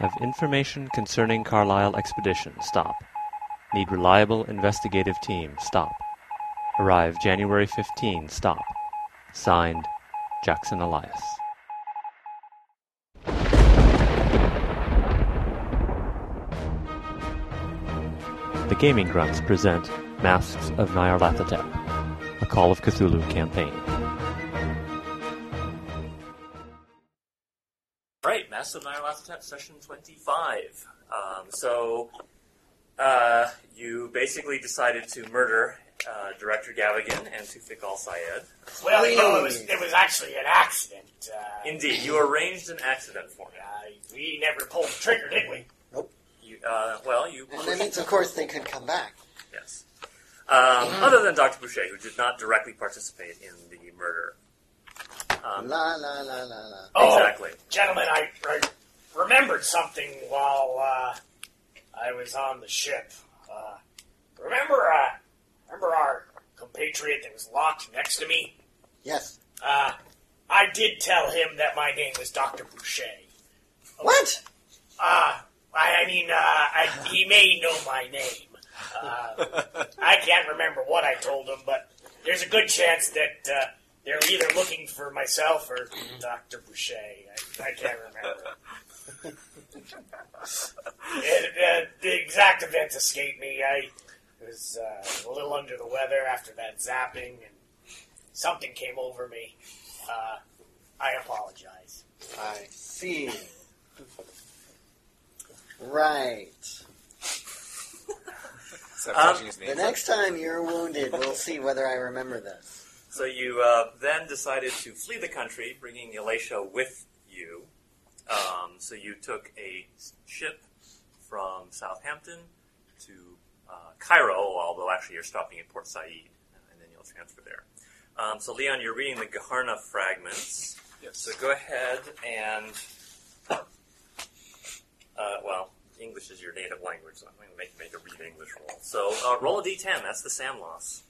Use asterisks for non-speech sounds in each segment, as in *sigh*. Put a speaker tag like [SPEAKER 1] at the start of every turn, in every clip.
[SPEAKER 1] Have information concerning Carlisle expedition. Stop. Need reliable investigative team. Stop. Arrive January 15. Stop. Signed, Jackson Elias. The Gaming Grunts present Masks of Nyarlathotep, a Call of Cthulhu campaign.
[SPEAKER 2] Right, Master of Nyarlathotep, session 25. Um, so, uh, you basically decided to murder uh, Director Gavigan and Tufik Al Sayed.
[SPEAKER 3] Well, you know, it was, it was actually an accident. Uh,
[SPEAKER 2] Indeed, you arranged an accident for him.
[SPEAKER 3] uh, we never pulled the trigger, did we?
[SPEAKER 2] You, uh, well, you.
[SPEAKER 4] And that means, of course, they could come back.
[SPEAKER 2] Yes. Um, other than Dr. Boucher, who did not directly participate in the murder. Um,
[SPEAKER 4] La la la la la.
[SPEAKER 3] Oh,
[SPEAKER 2] Exactly.
[SPEAKER 3] gentlemen, I, I remembered something while uh, I was on the ship. Uh, remember, uh, remember our compatriot that was locked next to me?
[SPEAKER 4] Yes.
[SPEAKER 3] Uh, I did tell him that my name was Dr. Boucher.
[SPEAKER 4] What?
[SPEAKER 3] Uh, I, I mean, uh, I, he may know my name. Uh, I can't remember what I told him, but there's a good chance that uh, they're either looking for myself or Dr. Boucher. I, I can't remember. It- uh, the exact events escaped me. I was uh, a little under the weather after that zapping, and something came over me. Uh, I apologize.
[SPEAKER 4] I see. Right.
[SPEAKER 2] Um,
[SPEAKER 4] The next time you're wounded, we'll see whether I remember this.
[SPEAKER 2] So you uh, then decided to flee the country, bringing Elisha with you. Um, so you took a ship from Southampton to uh, Cairo, although actually you're stopping at Port Said, and then you'll transfer there. Um, so Leon, you're reading the Gaharna fragments. So go ahead and, uh, well, English is your native language, so I'm going to make, make a read English roll. So uh, roll a d10. That's the Sam loss.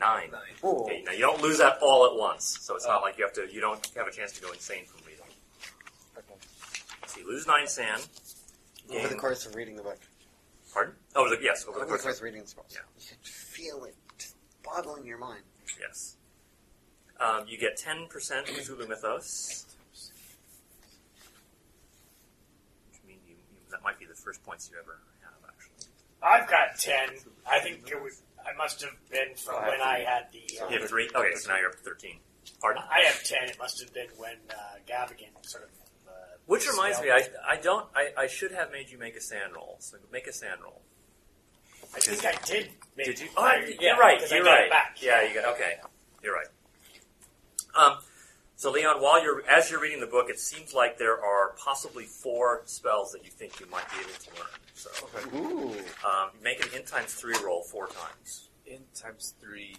[SPEAKER 2] Nine.
[SPEAKER 4] Oh.
[SPEAKER 2] Okay, now you don't lose that all at once, so it's not like you have to. You don't have a chance to go insane from reading. So you lose nine sand.
[SPEAKER 4] Over the
[SPEAKER 2] gain-
[SPEAKER 4] course of reading the book.
[SPEAKER 2] Pardon? Oh, the, yes, over
[SPEAKER 4] Over
[SPEAKER 2] the
[SPEAKER 4] the
[SPEAKER 2] course.
[SPEAKER 4] course of reading the scrolls.
[SPEAKER 2] Yeah.
[SPEAKER 4] You could feel it just boggling your mind.
[SPEAKER 2] Yes. Um, you get 10% Cthulhu Mythos. Which mean you, you, that might be the first points you ever have, actually.
[SPEAKER 3] I've got ten. I think it was. I must have been from
[SPEAKER 4] I have
[SPEAKER 3] when I had the. Uh,
[SPEAKER 2] You have three? Okay, so now you're up to 13. Pardon?
[SPEAKER 3] I have ten. It must have been when uh, Gavigan sort of. Uh,
[SPEAKER 2] Which reminds me,
[SPEAKER 3] smelled-
[SPEAKER 2] I, I don't, I, I should have made you make a sand roll. So make a sand roll.
[SPEAKER 3] I think I did. Make,
[SPEAKER 2] Did you?
[SPEAKER 3] Oh,
[SPEAKER 2] Oh,
[SPEAKER 3] I,
[SPEAKER 2] you're
[SPEAKER 3] yeah,
[SPEAKER 2] right.
[SPEAKER 3] because I
[SPEAKER 2] You're
[SPEAKER 3] got it
[SPEAKER 2] right.
[SPEAKER 3] Back. *laughs*
[SPEAKER 2] Yeah, you got okay. You're right. Um, so Leon, while you're as you're reading the book, it seems like there are possibly four spells that you think you might be able to learn. So
[SPEAKER 5] Mm-hmm.
[SPEAKER 4] Ooh.
[SPEAKER 2] um, make an in times three roll four times.
[SPEAKER 5] In times three.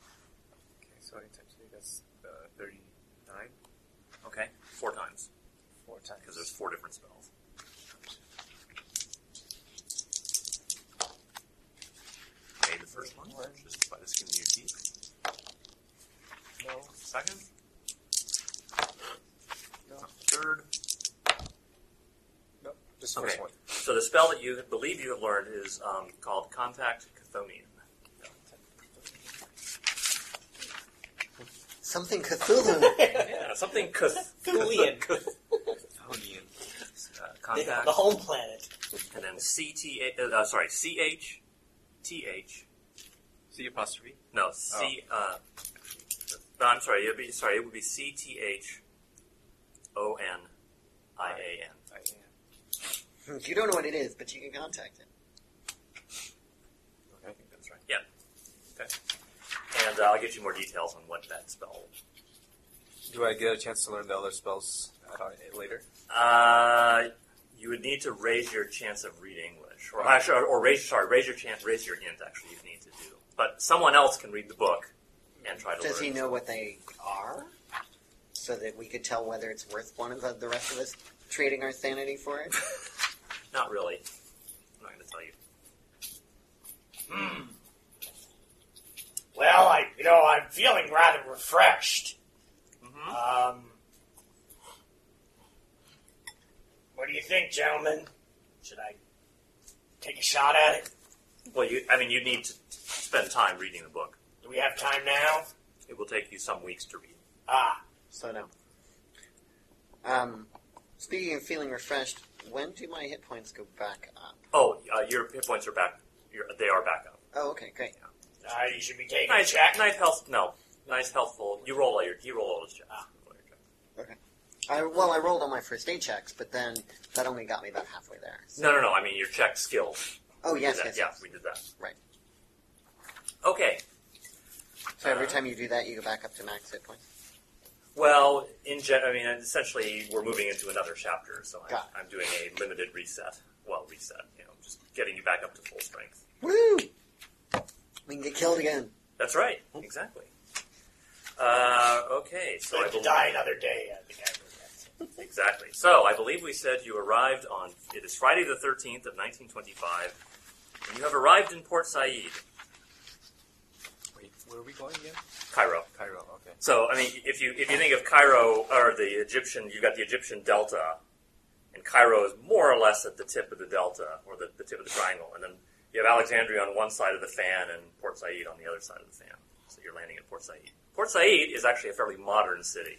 [SPEAKER 5] Okay, so in times three, that's uh, 39.
[SPEAKER 2] Okay, four times
[SPEAKER 5] Four times.
[SPEAKER 2] because there's four different spells. Made the first one, just by the skin of your teeth.
[SPEAKER 5] No,
[SPEAKER 2] Second,
[SPEAKER 5] no,
[SPEAKER 2] third.
[SPEAKER 5] no. Just
[SPEAKER 2] Okay.
[SPEAKER 5] first one.
[SPEAKER 2] So the spell that you believe you have learned is um, called Contact Chthonian. *laughs*
[SPEAKER 4] Something Cthulhu.
[SPEAKER 2] Yeah, something Cth- *laughs*
[SPEAKER 3] Thulian.
[SPEAKER 2] Cth-
[SPEAKER 5] Onion.
[SPEAKER 2] uh, Contact,
[SPEAKER 3] The home planet.
[SPEAKER 2] and then C T A. Uh, sorry, C H T H.
[SPEAKER 5] C apostrophe.
[SPEAKER 2] No, C.
[SPEAKER 5] Oh.
[SPEAKER 2] Uh, no, I'm sorry. It'd be sorry. It would be C T H O N I A N.
[SPEAKER 5] I am.
[SPEAKER 4] you don't know what it is, but you can contact it.
[SPEAKER 2] I think that's right. Yeah. Okay. And uh, I'll get you more details on what that spell.
[SPEAKER 5] Do I get a chance to learn the other spells uh, later?
[SPEAKER 2] Uh, you would need to raise your chance of read English, or actually, or raise sorry, raise your chance, raise your int. Actually, you need to do. But someone else can read the book and try to.
[SPEAKER 4] Does
[SPEAKER 2] learn.
[SPEAKER 4] he know what they are? So that we could tell whether it's worth one of the, the rest of us trading our sanity for it?
[SPEAKER 2] Not really. I'm not going to tell you.
[SPEAKER 3] Well,
[SPEAKER 2] Mm-hmm.
[SPEAKER 3] I you know I'm feeling rather refreshed. Um, think, gentlemen? Should I take a shot at it?
[SPEAKER 6] Well, you, I mean, you need to spend time reading the book.
[SPEAKER 3] Do we have time now?
[SPEAKER 6] It will take you some weeks to read.
[SPEAKER 3] Ah,
[SPEAKER 4] Slow down. Um, speaking of feeling refreshed, when do my hit points go back up?
[SPEAKER 6] Oh, uh, your hit points are back. Your, they are back up.
[SPEAKER 4] Oh, okay, great.
[SPEAKER 3] uh, you should be taking a
[SPEAKER 6] Nice,
[SPEAKER 3] check.
[SPEAKER 6] nice health. No, nice healthful. You roll all your. You roll all those checks. You roll your checks.
[SPEAKER 4] I, well, I rolled on my first aid checks, but then that only got me about halfway there. So-
[SPEAKER 6] No, no, no. I mean your check skill.
[SPEAKER 4] Oh, yes,
[SPEAKER 6] That-
[SPEAKER 4] yes,
[SPEAKER 6] yeah,
[SPEAKER 4] yes.
[SPEAKER 6] we did that.
[SPEAKER 4] Right.
[SPEAKER 6] Okay.
[SPEAKER 4] So every
[SPEAKER 6] Uh,
[SPEAKER 4] time you do that, you go back up to max hit points.
[SPEAKER 6] Well, in gen- I mean, essentially, we're moving into another chapter, so I'm,
[SPEAKER 4] Got it.
[SPEAKER 6] I'm doing a limited reset. Well, reset. You know, just getting you back up to full strength.
[SPEAKER 4] Woo! We can get killed again.
[SPEAKER 6] That's right.
[SPEAKER 4] Hmm.
[SPEAKER 6] Exactly. Uh, okay. So I
[SPEAKER 3] Live to
[SPEAKER 6] believe-
[SPEAKER 3] die another day. I think I heard that.
[SPEAKER 6] Exactly. So I believe we said you arrived on it is Friday the thirteenth of nineteen twenty-five, and you have arrived in Port Said,
[SPEAKER 5] Wait, where are we going again?
[SPEAKER 6] Cairo.
[SPEAKER 5] Cairo. Okay.
[SPEAKER 6] So I mean, if you if you think of Cairo or the Egyptian, you got the Egyptian delta, and Cairo is more or less at the tip of the delta or the, the tip of the triangle, and then you have Alexandria on one side of the fan and Port Said on the other side of the fan. So you're landing at Port Said. Port Said is actually a fairly modern city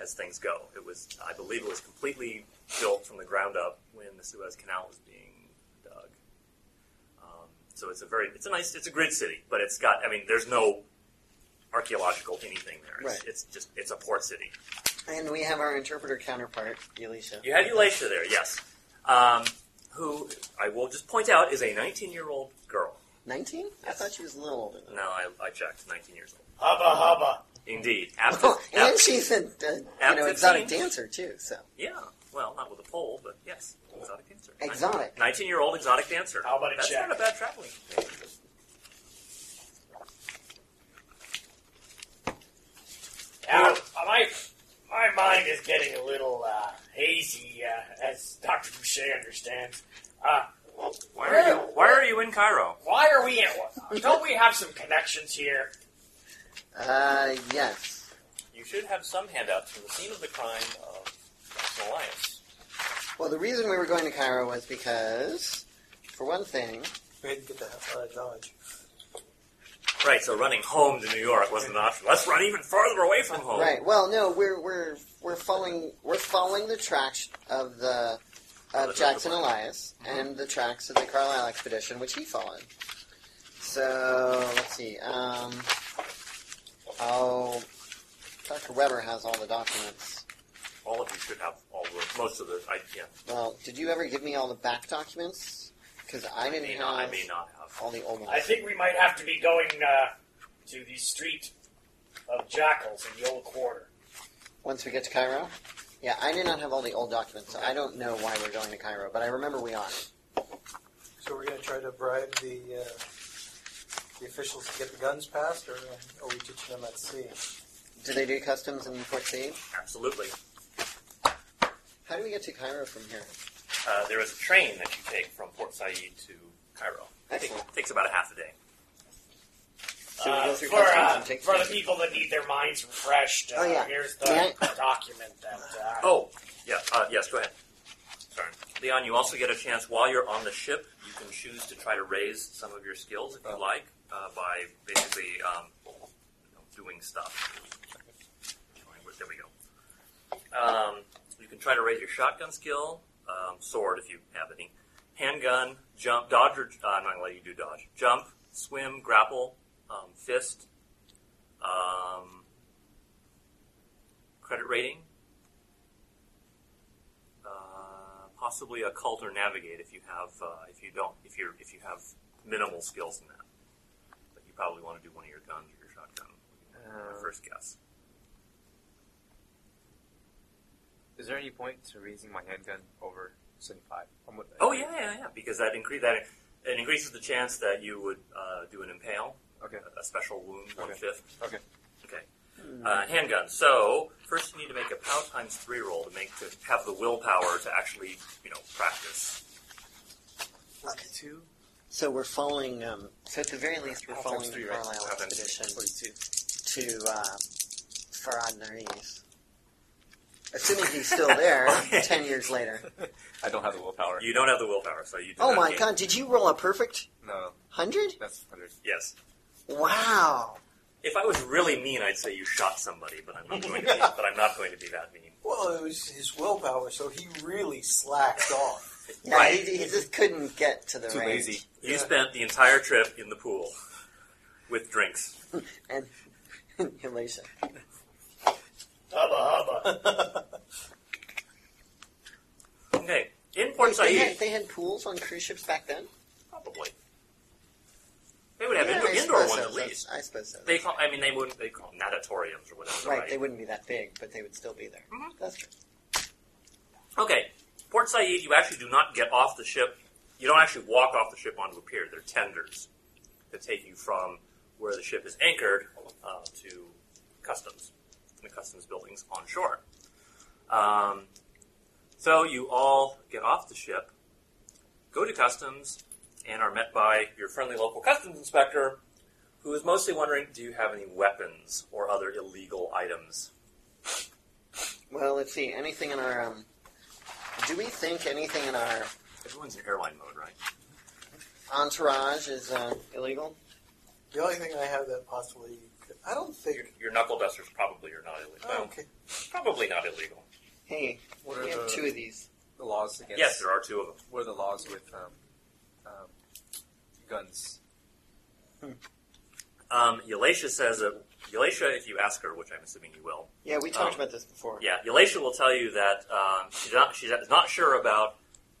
[SPEAKER 6] as things go. It was, I believe, it was completely built from the ground up when the Suez Canal was being dug. Um, so it's a very, it's a nice, it's a grid city, but it's got, I mean, there's no archaeological anything there. It's,
[SPEAKER 4] Right.
[SPEAKER 6] it's just, it's a port city.
[SPEAKER 4] And we have our interpreter counterpart, Elisha.
[SPEAKER 6] You had Elisha there, yes. Um, who I will just point out is a 19 year old girl.
[SPEAKER 4] 19? I thought she was a little older
[SPEAKER 6] *laughs*
[SPEAKER 4] than that.
[SPEAKER 6] No, I, I checked, 19 years old.
[SPEAKER 3] Hubba hubba.
[SPEAKER 6] Indeed. After,
[SPEAKER 4] Oh, *laughs* and she's a, a you
[SPEAKER 6] At
[SPEAKER 4] know, exotic
[SPEAKER 6] 15?
[SPEAKER 4] dancer, too, so.
[SPEAKER 6] yeah, well, not with a pole, but yes, exotic dancer.
[SPEAKER 4] Exotic.
[SPEAKER 6] 19 year old exotic dancer.
[SPEAKER 3] How about a
[SPEAKER 6] That's
[SPEAKER 3] check?
[SPEAKER 6] not a bad traveling.
[SPEAKER 3] Now, my my mind is getting a little uh, hazy, uh, as Doctor Boucher understands. Uh,
[SPEAKER 6] Why are you, why are you in Cairo?
[SPEAKER 3] why are we? In, don't we have some connections here?
[SPEAKER 4] Uh, yes.
[SPEAKER 6] You should have some handouts from the scene of the crime of National Alliance.
[SPEAKER 4] Well, the reason we were going to Cairo was because, for one thing,
[SPEAKER 5] We had to get the uh, knowledge.
[SPEAKER 6] Right, so running home to New York wasn't an option. Let's run even farther away from home.
[SPEAKER 4] right? Well, no, we're we're we're following we're following the tracks of the
[SPEAKER 6] Of the
[SPEAKER 4] of Jackson
[SPEAKER 6] Duncan
[SPEAKER 4] Elias
[SPEAKER 6] Mm-hmm.
[SPEAKER 4] and the tracks of the Carlisle expedition, which he followed. So let's see. Um, oh, Dr. Weber has all the documents.
[SPEAKER 6] All of you should have all the, most of the, I, yeah,
[SPEAKER 4] Well, did you ever give me all the back documents? Because I didn't
[SPEAKER 6] may
[SPEAKER 4] have
[SPEAKER 6] not, I may not have.
[SPEAKER 4] all the old ones.
[SPEAKER 3] I think we might have to be going uh, to the street of jackals in the old quarter.
[SPEAKER 4] Once we get to Cairo? Yeah, I do not have all the old documents, so I don't know why we're going to Cairo, but I remember we are.
[SPEAKER 7] So we're going to try to bribe the uh, the officials to get the guns passed, or
[SPEAKER 5] um,
[SPEAKER 7] uh, are we teaching them at sea?
[SPEAKER 4] Do they do customs in Port Said?
[SPEAKER 6] Absolutely.
[SPEAKER 4] How do we get to Cairo from here?
[SPEAKER 6] Uh, there is a train that you take from Port Said to Cairo. It takes,
[SPEAKER 4] Excellent.
[SPEAKER 6] takes about a half a day.
[SPEAKER 4] So we
[SPEAKER 3] Uh,
[SPEAKER 4] go through
[SPEAKER 3] for
[SPEAKER 4] customs
[SPEAKER 3] uh,
[SPEAKER 4] and take
[SPEAKER 3] for the
[SPEAKER 4] pictures.
[SPEAKER 3] people that need their minds refreshed, uh,
[SPEAKER 4] Oh, yeah.
[SPEAKER 3] here's the
[SPEAKER 4] May
[SPEAKER 3] document that. Uh,
[SPEAKER 6] Oh, yeah, uh, yes, go ahead. Sorry. Leon, you also get a chance while you're on the ship, you can choose to try to raise some of your skills if you like uh, by basically um, you know, doing stuff. There we go. Um, you can try to raise your shotgun skill, um, sword if you have any, handgun, jump, dodge, or, uh, I'm not going to let you do dodge, jump, swim, grapple, um, fist, um, credit rating, uh, possibly occult or navigate if you have uh, if you don't if you're if you have minimal skills in that. But you probably want to do one of your guns or your shotgun. would be my
[SPEAKER 5] Uh,
[SPEAKER 6] first guess.
[SPEAKER 5] Is there any point to raising my handgun over seventy-five? I'm with-
[SPEAKER 6] Oh yeah, yeah, yeah. Because that increase that it increases the chance that you would uh, do an impale,
[SPEAKER 5] Okay.
[SPEAKER 6] a- a special wound,
[SPEAKER 5] Okay.
[SPEAKER 6] one fifth.
[SPEAKER 5] Okay.
[SPEAKER 6] Okay. Uh, handgun. So first, you need to make a pow times three roll to make to have the willpower to actually, you know, practice.
[SPEAKER 5] Two.
[SPEAKER 4] So we're following, um, so at the very least, we're
[SPEAKER 5] Times
[SPEAKER 4] following the
[SPEAKER 5] three, right?
[SPEAKER 4] Carlisle
[SPEAKER 6] Times
[SPEAKER 4] expedition
[SPEAKER 5] Forty-two.
[SPEAKER 4] to uh, Farad Nariz. Assuming he's still there
[SPEAKER 6] Okay.
[SPEAKER 4] ten years later.
[SPEAKER 5] I don't have the willpower.
[SPEAKER 6] You don't have the willpower, so you. Do
[SPEAKER 4] Oh
[SPEAKER 6] not
[SPEAKER 4] my
[SPEAKER 6] gain-
[SPEAKER 4] god, did you roll a perfect
[SPEAKER 5] No,
[SPEAKER 4] hundred?
[SPEAKER 5] that's 100.
[SPEAKER 6] Yes.
[SPEAKER 4] Wow.
[SPEAKER 6] If I was really mean, I'd say you shot somebody, but I'm not
[SPEAKER 5] *laughs*
[SPEAKER 6] going to be. but I'm not going to be that mean.
[SPEAKER 7] Well, it was his willpower, so he really slacked off.
[SPEAKER 4] *laughs* Yeah,
[SPEAKER 6] Right.
[SPEAKER 4] he, he just couldn't get to the
[SPEAKER 5] Too
[SPEAKER 4] range.
[SPEAKER 5] lazy.
[SPEAKER 6] You
[SPEAKER 7] Yeah.
[SPEAKER 6] spent the entire trip in the pool with drinks.
[SPEAKER 4] And *laughs* Elisha.
[SPEAKER 3] Hubba hubba.
[SPEAKER 6] Okay, in Port
[SPEAKER 4] they,
[SPEAKER 6] Said,
[SPEAKER 4] had, they had pools on cruise ships back then?
[SPEAKER 6] probably they would have
[SPEAKER 4] Yeah,
[SPEAKER 6] indoor,
[SPEAKER 4] I
[SPEAKER 6] indoor
[SPEAKER 4] suppose
[SPEAKER 6] ones
[SPEAKER 4] so.
[SPEAKER 6] at least.
[SPEAKER 4] I suppose so.
[SPEAKER 6] They call. I mean, they wouldn't. They call them natatoriums or whatever.
[SPEAKER 4] right, they wouldn't be that big, but they would still be there.
[SPEAKER 6] Mhm.
[SPEAKER 4] That's true.
[SPEAKER 6] Okay, Port Said, you actually do not get off the ship. You don't actually walk off the ship onto a pier. They're tenders that take you from where the ship is anchored uh, to customs, the customs buildings on shore. Um, so you all get off the ship, go to customs, and are met by your friendly local customs inspector, who is mostly wondering, do you have any weapons or other illegal items?
[SPEAKER 4] Well, let's see. Anything in our um do we think anything in our
[SPEAKER 6] Everyone's in airline mode, right?
[SPEAKER 4] entourage is uh, illegal?
[SPEAKER 7] The only thing I have that possibly could, I don't
[SPEAKER 6] Your,
[SPEAKER 7] think.
[SPEAKER 6] your knuckle dusters probably are not illegal.
[SPEAKER 7] Oh, okay.
[SPEAKER 6] Probably not illegal.
[SPEAKER 4] Hey,
[SPEAKER 5] What
[SPEAKER 4] we
[SPEAKER 5] are
[SPEAKER 4] have
[SPEAKER 5] the-
[SPEAKER 4] two of these.
[SPEAKER 5] The laws against.
[SPEAKER 6] Yes, there are two of them.
[SPEAKER 5] What are the laws with um, um, guns?
[SPEAKER 6] Um, Eulalia says that Eulalia, if you ask her, which I'm assuming you will,
[SPEAKER 4] Yeah, we talked
[SPEAKER 6] Oh.
[SPEAKER 4] about this before.
[SPEAKER 6] yeah, Eulalia will tell you that um, she's not she's not sure about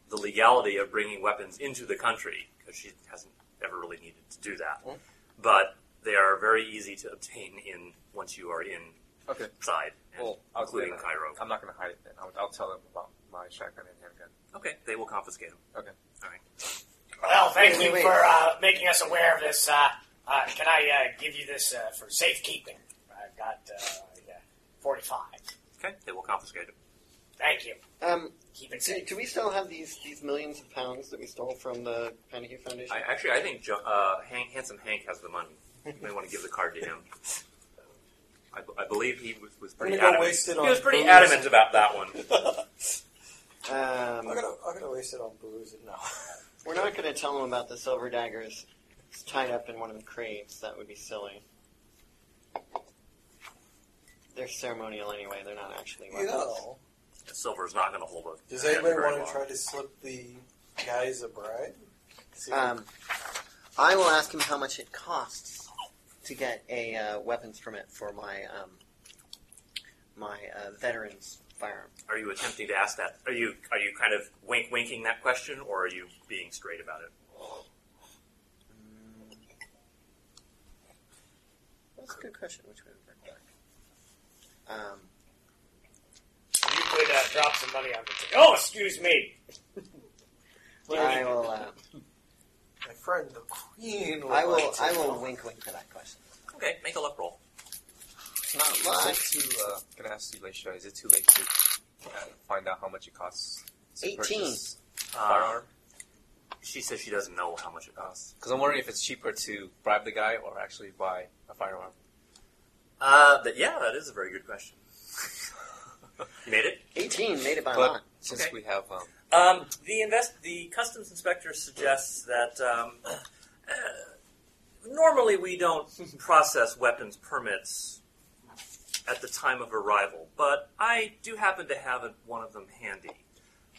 [SPEAKER 6] the legality of bringing weapons into the country because she hasn't ever really needed to do that.
[SPEAKER 4] Mm.
[SPEAKER 6] But they are very easy to obtain in once you are inside,
[SPEAKER 5] Okay.
[SPEAKER 6] and
[SPEAKER 5] Well, I was
[SPEAKER 6] including
[SPEAKER 5] gonna-
[SPEAKER 6] Cairo.
[SPEAKER 5] I'm not going to hide it then. I'll, I'll tell them about my shotgun and handgun.
[SPEAKER 6] Okay, they will confiscate them.
[SPEAKER 3] Well, thank
[SPEAKER 4] Wait, wait,
[SPEAKER 3] you
[SPEAKER 4] wait.
[SPEAKER 3] for uh, making us aware of this. Uh, uh, can I uh, give you this uh, for safekeeping? I've got uh, yeah, 45.
[SPEAKER 6] Okay, they will confiscate them.
[SPEAKER 3] Thank you.
[SPEAKER 4] Um,
[SPEAKER 3] Keep it
[SPEAKER 4] do,
[SPEAKER 3] safe.
[SPEAKER 4] do we still have these these millions of pounds that we stole from the Panahue Foundation?
[SPEAKER 6] I, actually, I think jo- uh, Hank, Handsome Hank has the money. You may want to give the card to him. I, b- I believe he was, was
[SPEAKER 7] I'm
[SPEAKER 6] pretty
[SPEAKER 7] gonna go
[SPEAKER 6] adamant.
[SPEAKER 7] waste it
[SPEAKER 6] He
[SPEAKER 7] on.
[SPEAKER 6] was pretty
[SPEAKER 7] booze.
[SPEAKER 6] adamant about that one.
[SPEAKER 4] um,
[SPEAKER 7] I'm gonna, I'm gonna waste it on booze and no.
[SPEAKER 4] *laughs* We're not going to tell them about the silver daggers. It's tied up in one of the crates. That would be silly. They're ceremonial anyway. They're not actually
[SPEAKER 7] You
[SPEAKER 4] weapons.
[SPEAKER 7] know,
[SPEAKER 6] Silver's not going to hold it.
[SPEAKER 7] does anybody want to try to slip the guys a bribe? See if-
[SPEAKER 4] Um, I will ask him how much it costs to get a uh, weapons permit for my um, my uh, veterans firearm.
[SPEAKER 6] Are you attempting to ask that? Are you are you kind of wink winking that question, or are you being straight about it?
[SPEAKER 4] That's a good question. Which way would work better? Um,
[SPEAKER 3] You could uh, drop some money on the table. Oh, excuse me.
[SPEAKER 4] I will. Uh,
[SPEAKER 7] my friend, the queen.
[SPEAKER 4] I will.
[SPEAKER 7] like to
[SPEAKER 4] I will
[SPEAKER 7] know.
[SPEAKER 4] wink, wink for that question.
[SPEAKER 6] Okay, make a luck roll.
[SPEAKER 4] Not
[SPEAKER 5] Is it
[SPEAKER 4] much.
[SPEAKER 5] too, uh, can I ask you later, is it too late to uh, find out how much it costs to
[SPEAKER 4] 18.
[SPEAKER 5] purchase a
[SPEAKER 6] Uh,
[SPEAKER 5] firearm?
[SPEAKER 6] She says she doesn't know how much it costs.
[SPEAKER 5] Because I'm wondering if it's cheaper to bribe the guy or actually buy a firearm.
[SPEAKER 6] Uh, that, yeah, that is a very good question. you made it.
[SPEAKER 4] Eighteen made it by a
[SPEAKER 5] But-
[SPEAKER 4] lot.
[SPEAKER 5] Since
[SPEAKER 6] Okay.
[SPEAKER 5] we have, um,
[SPEAKER 6] Um, the invest the customs inspector suggests that um, uh, normally we don't process weapons permits at the time of arrival, but I do happen to have a, one of them handy.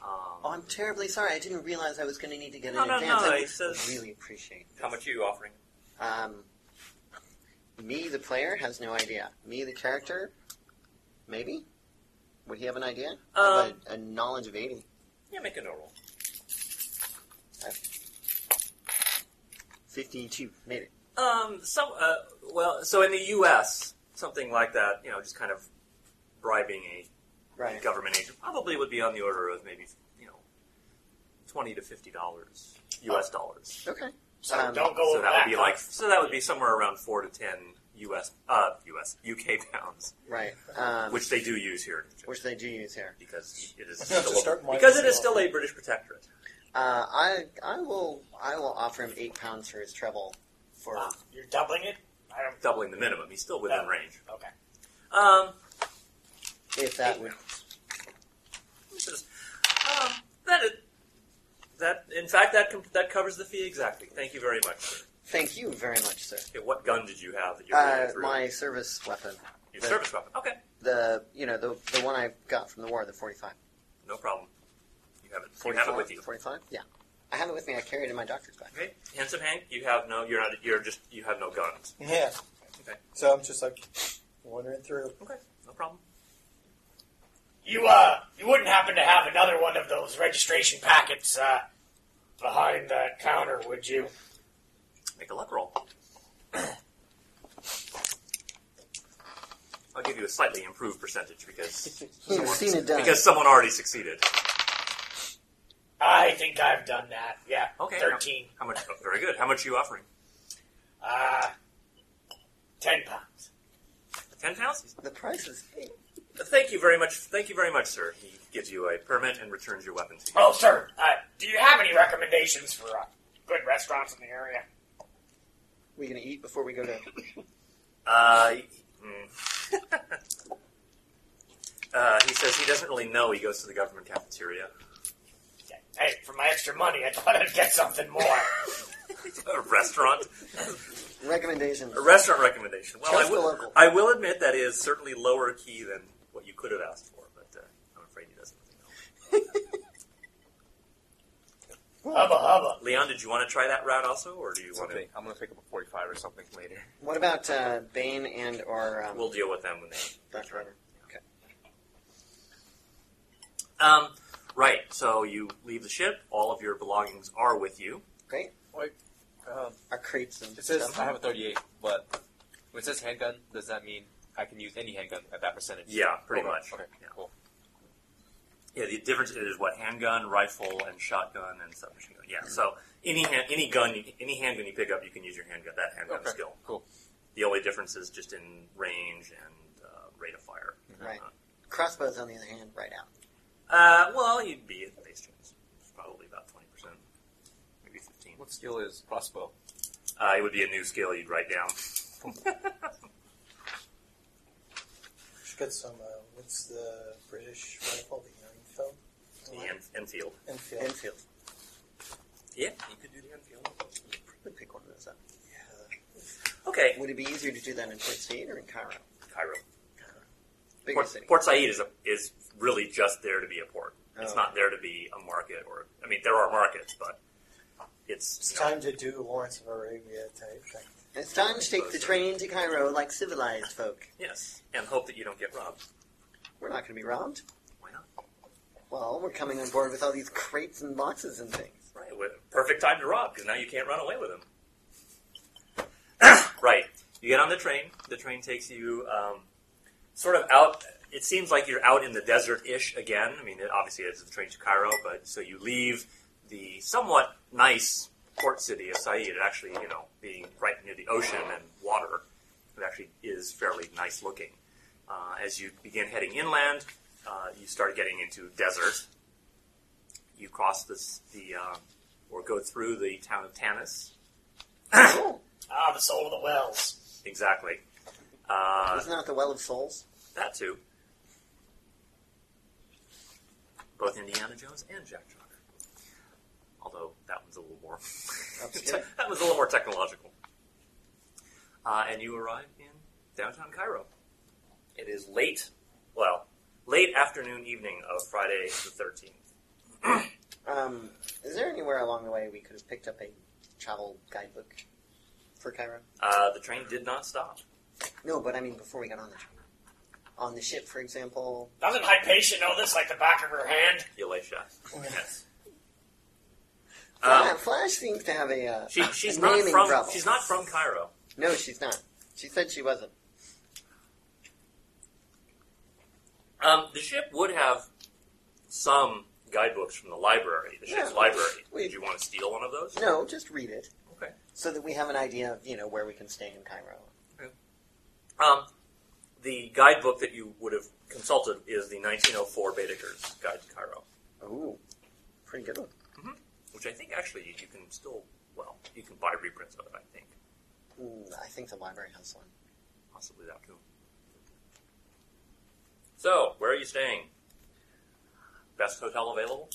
[SPEAKER 4] Oh,
[SPEAKER 6] Um,
[SPEAKER 4] I'm terribly sorry. I didn't realize I was going to need to get
[SPEAKER 6] No,
[SPEAKER 4] an
[SPEAKER 6] no,
[SPEAKER 4] advance.
[SPEAKER 6] no,
[SPEAKER 4] I
[SPEAKER 6] it says-
[SPEAKER 4] really appreciate
[SPEAKER 6] how much are you offering?
[SPEAKER 4] it. Um, me, the player, has no idea. Me, the character, maybe? Would he have an idea? I
[SPEAKER 6] Um,
[SPEAKER 4] have a, a knowledge of 80.
[SPEAKER 6] Yeah, make a no roll.
[SPEAKER 4] 52. Made it.
[SPEAKER 6] Um, some uh, well, so in the U.S., something like that, you know, just kind of bribing a
[SPEAKER 4] Right.
[SPEAKER 6] government agent probably would be on the order of maybe you know twenty to fifty dollars U.S. dollars.
[SPEAKER 4] Okay.
[SPEAKER 3] So
[SPEAKER 4] Um,
[SPEAKER 3] don't go
[SPEAKER 6] so
[SPEAKER 3] over
[SPEAKER 6] that would be
[SPEAKER 3] huh?
[SPEAKER 6] like so that would be somewhere around four to ten U.S. uh U.S. U.K. pounds,
[SPEAKER 4] Right. Um,
[SPEAKER 6] which they do use here in Egypt
[SPEAKER 4] which they do use here.
[SPEAKER 6] because it is
[SPEAKER 7] I'll have to
[SPEAKER 6] still
[SPEAKER 7] start
[SPEAKER 6] a,
[SPEAKER 7] mining
[SPEAKER 6] because it is
[SPEAKER 7] myself.
[SPEAKER 6] still a British protectorate.
[SPEAKER 4] Uh, I I will I will offer him eight pounds for his trouble. For
[SPEAKER 3] Wow, You're doubling it? I don't.
[SPEAKER 6] Doubling the minimum, he's still within
[SPEAKER 3] Yeah.
[SPEAKER 6] range.
[SPEAKER 3] Okay.
[SPEAKER 6] Um,
[SPEAKER 4] if that would
[SPEAKER 6] um, that in fact that com- that covers the fee exactly. Thank you very much. Sir.
[SPEAKER 4] Thank you very much, sir.
[SPEAKER 6] Okay, what gun did you have that you're
[SPEAKER 4] Uh,
[SPEAKER 6] reading through?
[SPEAKER 4] my service weapon,
[SPEAKER 6] Your service weapon. Okay,
[SPEAKER 4] the you know the the one I got from the war, the forty-five.
[SPEAKER 6] no problem. You have it. You
[SPEAKER 4] 45,
[SPEAKER 6] have it with you.
[SPEAKER 4] Forty-five. Yeah, I have it with me. I carry it in my doctor's bag.
[SPEAKER 6] Okay, handsome Hank, you have no. You're not. You're just. You have no guns.
[SPEAKER 7] Yeah.
[SPEAKER 6] Okay.
[SPEAKER 7] So I'm just like wandering through.
[SPEAKER 6] Okay, no problem.
[SPEAKER 3] You uh, you wouldn't happen to have another one of those registration packets uh, behind the counter, would you?
[SPEAKER 6] Make a luck roll. I'll give you a slightly improved percentage because
[SPEAKER 4] You've seen it done.
[SPEAKER 6] because someone already succeeded.
[SPEAKER 3] I think I've done that. Yeah.
[SPEAKER 6] Okay.
[SPEAKER 3] Thirteen.
[SPEAKER 6] How much? oh, very good. How much are you offering?
[SPEAKER 3] Uh, ten pounds.
[SPEAKER 6] Ten pounds.
[SPEAKER 4] the price is
[SPEAKER 6] Thank you very much. Thank you very much, sir. He gives you a permit and returns your weapon to you.
[SPEAKER 3] Oh, sir. Uh, do you have any recommendations for uh, good restaurants in the area?
[SPEAKER 4] we gonna eat before we go
[SPEAKER 6] *laughs*
[SPEAKER 4] to
[SPEAKER 6] Uh, mm. *laughs* uh, he says he doesn't really know. He goes to the government cafeteria. *laughs*
[SPEAKER 3] Hey, for my extra money, I *laughs* thought I'd get something more.
[SPEAKER 6] A restaurant.
[SPEAKER 4] recommendations.
[SPEAKER 6] A restaurant recommendation. Well, I
[SPEAKER 4] Just the
[SPEAKER 6] will,
[SPEAKER 4] local.
[SPEAKER 6] I will admit that is certainly lower key than what you could have asked for, but uh, I'm afraid he doesn't really know.
[SPEAKER 3] hubba hubba.
[SPEAKER 6] Leon, did you want to try that route also, or do you want to?
[SPEAKER 5] Something. I'm gonna pick up a 45 or something later.
[SPEAKER 4] What about uh, Bane and or um,
[SPEAKER 6] We'll deal with them when they.
[SPEAKER 4] Dr. Ryder?
[SPEAKER 6] Um, right. So you leave the ship. All of your belongings are with you.
[SPEAKER 4] Great.
[SPEAKER 5] Um,
[SPEAKER 4] Our crates and
[SPEAKER 5] it says
[SPEAKER 4] stuff.
[SPEAKER 5] I have a 38, but when it says handgun, does that mean I can use any handgun at that percentage?
[SPEAKER 6] Yeah, pretty
[SPEAKER 5] Okay,
[SPEAKER 6] much.
[SPEAKER 5] Okay,
[SPEAKER 6] Yeah.
[SPEAKER 5] cool.
[SPEAKER 6] Yeah, the difference is what handgun, rifle, and shotgun and submachine gun. Yeah, so any hand, any gun, you- any handgun you pick up, you can use your handgun. That handgun
[SPEAKER 5] Okay,
[SPEAKER 6] skill.
[SPEAKER 5] cool.
[SPEAKER 6] The only difference is just in range and uh, rate of fire.
[SPEAKER 4] Right. Crossbows, on the other hand, right out.
[SPEAKER 6] Uh, well, you'd be at the base chance. It's probably about twenty percent, maybe fifteen.
[SPEAKER 5] What skill is crossbow?
[SPEAKER 6] Uh, it would be a new skill you'd write
[SPEAKER 4] *laughs*
[SPEAKER 6] down.
[SPEAKER 7] Should get some. Uh, what's the British rifle? The
[SPEAKER 6] The
[SPEAKER 7] Enfield.
[SPEAKER 6] en- Enfield.
[SPEAKER 7] Enfield.
[SPEAKER 4] Enfield.
[SPEAKER 6] Yeah, you could do the Enfield.
[SPEAKER 4] Could pick one of those up.
[SPEAKER 6] Okay,
[SPEAKER 4] Would it be easier to do that in Port Said or in Cairo?
[SPEAKER 6] Cairo.
[SPEAKER 4] Bigger
[SPEAKER 6] Port,
[SPEAKER 4] city.
[SPEAKER 6] Port Said is a, is really just there to be a port. It's
[SPEAKER 4] Oh.
[SPEAKER 6] not there to be a market or I mean there are markets, but it's
[SPEAKER 7] It's
[SPEAKER 6] you know,
[SPEAKER 7] time to do Lawrence of Arabia type thing.
[SPEAKER 4] It's time to take the train to Cairo like civilized folk.
[SPEAKER 6] yes, and hope that you don't get robbed.
[SPEAKER 4] We're not going to be robbed.
[SPEAKER 6] Why not?
[SPEAKER 4] Well, we're coming on board with all these crates and boxes and things.
[SPEAKER 6] Right, well, perfect time to rob because now you can't run away with them. *clears throat* right, you get on the train. The train takes you um, sort of out. It seems like you're out in the desert-ish again. I mean, it, obviously it's the train to Cairo, but so you leave the somewhat nice port city of Said. It actually, you know, being right near the ocean and water, it actually is fairly nice looking. Uh, as you begin heading inland, uh, you start getting into desert. You cross this, the uh, or go through the town of Tanis.
[SPEAKER 3] Ah, the soul of the wells.
[SPEAKER 6] Exactly. Uh,
[SPEAKER 4] Isn't that the Well of Souls?
[SPEAKER 6] that too. Both Indiana Jones and Jack Jocker. Although that one's a little more
[SPEAKER 4] Obscure.
[SPEAKER 6] *laughs* that was a little more technological. Uh, and you arrive in downtown Cairo. It is late, well, late afternoon, evening of Friday the thirteenth.
[SPEAKER 4] Um, is there anywhere along the way we could have picked up a travel guidebook for Cairo?
[SPEAKER 6] Uh, the train did not stop.
[SPEAKER 4] No, but I mean before we got on the train. On the ship, for example.
[SPEAKER 3] Doesn't Hypatia know this like the back of her hand?
[SPEAKER 6] Elisha.
[SPEAKER 4] Oh,
[SPEAKER 6] Yes.
[SPEAKER 4] Flash,
[SPEAKER 6] Um,
[SPEAKER 4] Flash seems to have a. Uh, *laughs*
[SPEAKER 6] she,
[SPEAKER 4] a
[SPEAKER 6] she's not
[SPEAKER 4] naming
[SPEAKER 6] from.
[SPEAKER 4] problem.
[SPEAKER 6] She's not from Cairo.
[SPEAKER 4] No, she's not. She said she wasn't.
[SPEAKER 6] Um, the ship would have some guidebooks from the library. The ship's
[SPEAKER 4] Yeah.
[SPEAKER 6] library.
[SPEAKER 4] We-
[SPEAKER 6] Did you want to steal one of those?
[SPEAKER 4] No, just read it
[SPEAKER 6] Okay.
[SPEAKER 4] so that we have an idea of you know where we can stay in Cairo.
[SPEAKER 6] Um, the guidebook that you would have consulted is the 1904 Baedeker's Guide to Cairo,
[SPEAKER 4] Ooh, pretty good one.
[SPEAKER 6] which I think actually you can still well you can buy reprints of it. I think
[SPEAKER 4] Mm, I think the library has one.
[SPEAKER 6] possibly that too. So, where are you staying? Best hotel available?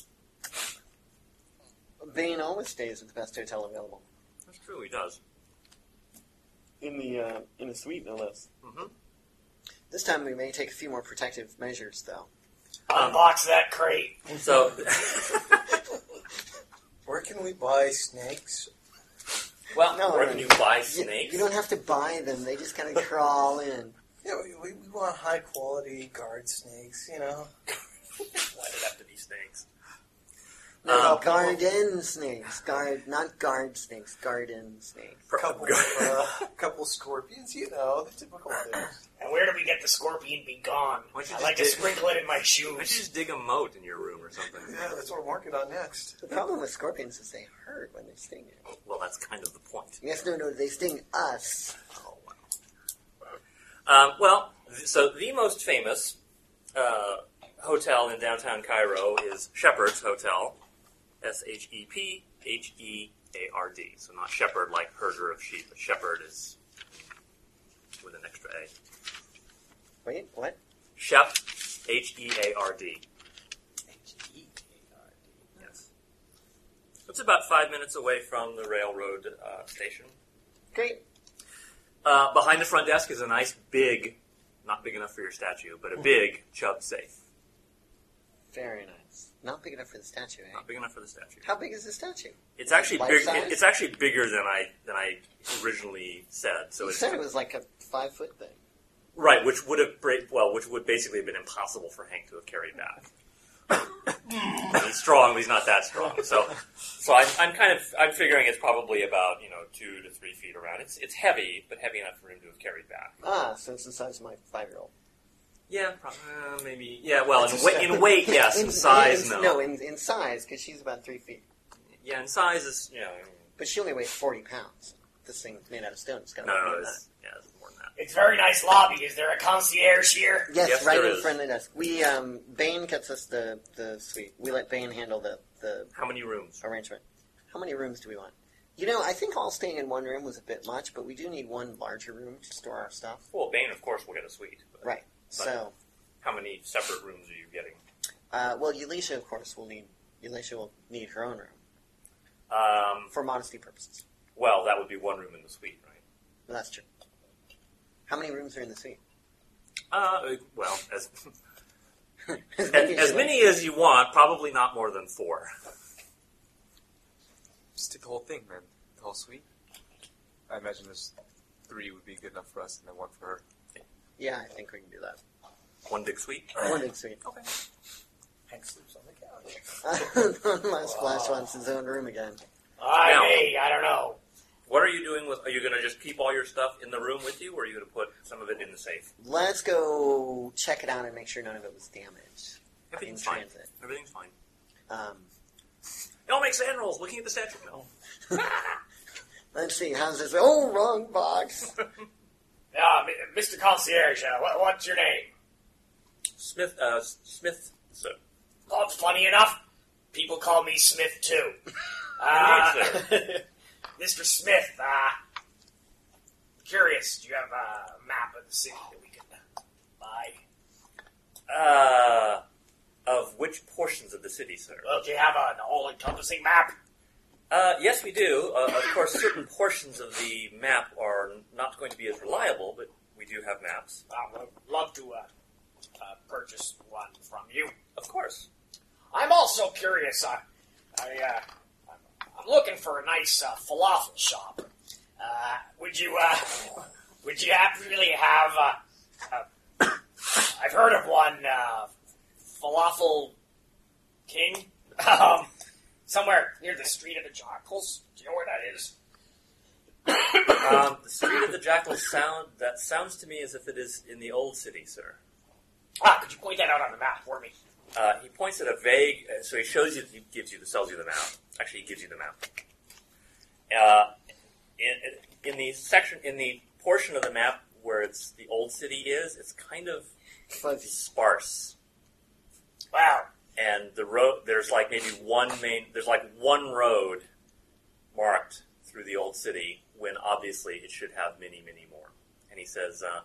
[SPEAKER 4] Bane always stays at the best hotel available.
[SPEAKER 6] That's true, he does.
[SPEAKER 4] In the uh, in the suite, no less.
[SPEAKER 6] hmm
[SPEAKER 4] This time we may take a few more protective measures, though.
[SPEAKER 3] Unbox that crate.
[SPEAKER 4] *laughs*
[SPEAKER 6] So,
[SPEAKER 7] Where can we buy snakes?
[SPEAKER 6] well,
[SPEAKER 4] No,
[SPEAKER 6] where
[SPEAKER 4] no,
[SPEAKER 6] can
[SPEAKER 4] no.
[SPEAKER 6] you buy
[SPEAKER 4] You-
[SPEAKER 6] snakes?
[SPEAKER 4] You don't have to buy them; they just kind of crawl in.
[SPEAKER 7] Yeah, we, we, we want high quality guard snakes, you know.
[SPEAKER 6] Why did it have to be snakes?
[SPEAKER 4] No,
[SPEAKER 6] Uh,
[SPEAKER 4] garden snakes. Guard, not guard snakes. Garden snakes.
[SPEAKER 6] *laughs*
[SPEAKER 7] Couple, uh, couple scorpions, you know, the typical things.
[SPEAKER 3] And where do we get the scorpion be gone?
[SPEAKER 6] Why don't you
[SPEAKER 3] I
[SPEAKER 6] just
[SPEAKER 3] like to
[SPEAKER 6] dig-
[SPEAKER 3] sprinkle it in my
[SPEAKER 6] Why don't you
[SPEAKER 3] shoes.
[SPEAKER 6] just dig a moat in your room or something?
[SPEAKER 7] Yeah, that's what I'm working on next.
[SPEAKER 4] The problem with scorpions is they hurt when they sting you.
[SPEAKER 6] Well, that's kind of the point.
[SPEAKER 4] Yes, no, no, they sting us.
[SPEAKER 6] Um, well, th- so the most famous uh, hotel in downtown Cairo is Shepherd's Hotel. S H E P H E A R D. So not shepherd like herder of sheep, but shepherd is with an extra A.
[SPEAKER 4] Wait, what?
[SPEAKER 6] Shep, H E A R D. Yes. It's about five minutes away from the railroad uh, station.
[SPEAKER 4] Great.
[SPEAKER 6] Uh, behind the front desk is a nice big, not big enough for your statue, but a big chub safe.
[SPEAKER 4] Very nice. Not big enough for the statue, eh?
[SPEAKER 6] Not big enough for the statue.
[SPEAKER 4] How big is the statue?
[SPEAKER 6] It's actually
[SPEAKER 4] Life
[SPEAKER 6] big,
[SPEAKER 4] size?
[SPEAKER 6] it's actually bigger than I than I originally said. So
[SPEAKER 4] you
[SPEAKER 6] it's
[SPEAKER 4] said it was like a five foot thing.
[SPEAKER 6] right, which would have bra- well, which would basically have been impossible for Hank to have carried
[SPEAKER 4] *coughs*
[SPEAKER 6] back. he's strong, but he's not that strong. So, so I'm, I'm kind of I'm figuring it's probably about you know two to three feet around. It's it's heavy, but heavy enough for him to have carried back.
[SPEAKER 4] Ah, so it's the size of my five year old.
[SPEAKER 6] Yeah, prob- uh, maybe. Yeah, well, in, wa- in weight,
[SPEAKER 4] *laughs*
[SPEAKER 6] yes. In size, no.
[SPEAKER 4] No, in, in size, because she's about three feet.
[SPEAKER 6] yeah, in size is you know.
[SPEAKER 4] But she only weighs 40 pounds. This thing's made out of stone. It's got
[SPEAKER 6] No,
[SPEAKER 4] to weigh more
[SPEAKER 6] no,
[SPEAKER 4] than that.
[SPEAKER 6] it's, yeah, it's more than that.
[SPEAKER 3] It's very nice lobby. Is there a concierge here?
[SPEAKER 4] Yes,
[SPEAKER 6] Yes,
[SPEAKER 4] right
[SPEAKER 6] there
[SPEAKER 4] in
[SPEAKER 6] is.
[SPEAKER 4] front of the desk. We, um, Bane gets us the, the suite. We let Bane handle the, the
[SPEAKER 6] How many rooms?
[SPEAKER 4] arrangement. How many rooms do we want? You know, I think all staying in one room was a bit much, but we do need one larger room to store our stuff.
[SPEAKER 6] Well, Bane, of course, will get a suite. But
[SPEAKER 4] Right. So,
[SPEAKER 6] How many separate rooms are you getting?
[SPEAKER 4] uh, well, Elisha, of course, will need Elisha will need her own room
[SPEAKER 6] Um,
[SPEAKER 4] for modesty purposes.
[SPEAKER 6] well, that would be one room in the suite, right?
[SPEAKER 4] Well, that's true. How many rooms are in the suite? *laughs*
[SPEAKER 6] Uh, well, as
[SPEAKER 4] as
[SPEAKER 6] as,
[SPEAKER 4] as
[SPEAKER 6] as many as you want, probably not more than four.
[SPEAKER 5] Just take the whole thing, man. The whole suite. I imagine there's three would be good enough for us, and then one for her.
[SPEAKER 4] Yeah, I think we can do that.
[SPEAKER 6] One big suite.
[SPEAKER 4] One big suite. *laughs*
[SPEAKER 7] Hank sleeps on the couch.
[SPEAKER 4] Unless Flash wants his own room again.
[SPEAKER 3] I
[SPEAKER 6] No.
[SPEAKER 3] may. I don't know.
[SPEAKER 6] What are you doing with? Are you going to just keep all your stuff in the room with you, or are you going to put some of it in the safe?
[SPEAKER 4] Let's go check it out and make sure none of it was damaged in
[SPEAKER 6] Everything's fine.
[SPEAKER 4] transit.
[SPEAKER 6] Everything's fine.
[SPEAKER 4] Um,
[SPEAKER 6] It all makes hand rolls. Looking at the statue. No.
[SPEAKER 4] let's see. How's this? Oh, wrong box.
[SPEAKER 3] Ah, M- Mr. Concierge, uh, what, what's your name?
[SPEAKER 6] Smith. Uh, Smith. So
[SPEAKER 3] Oh, funny enough, people call me Smith too. Uh, *laughs*
[SPEAKER 6] Indeed,
[SPEAKER 3] Mr. Smith, uh, curious, do you have a map of the city that we can uh, buy?
[SPEAKER 6] Uh, of which portions of the city, sir?
[SPEAKER 3] Well, do you have an all-encompassing map?
[SPEAKER 6] Uh, yes, we do. Uh, of course, certain portions of the map are not going to be as reliable, but we do have maps.
[SPEAKER 3] I would love to uh, uh, purchase one from you.
[SPEAKER 6] Of course.
[SPEAKER 3] I'm also curious. I, I uh, I'm, I'm looking for a nice uh, falafel shop. Uh, would you, uh, would you actually have? Uh, uh, I've heard of one uh, falafel king um, somewhere near the Street of the Jackals. Do you know where that is?
[SPEAKER 6] Um, the Street of the Jackal sound, that sounds to me as if it is in the old city, sir.
[SPEAKER 3] Ah, could you point that out on the map for me?
[SPEAKER 6] Uh, he points at a vague, uh, so he shows you, he gives you, sells you the map. Actually, he gives you the map. Uh, in, in the section, in the portion of the map where it's the old city is, it's kind of
[SPEAKER 4] Fuzzy.
[SPEAKER 6] sparse.
[SPEAKER 3] Wow.
[SPEAKER 6] and the road there's like maybe one main there's like one road marked through the old city when obviously it should have many many more and he says uh,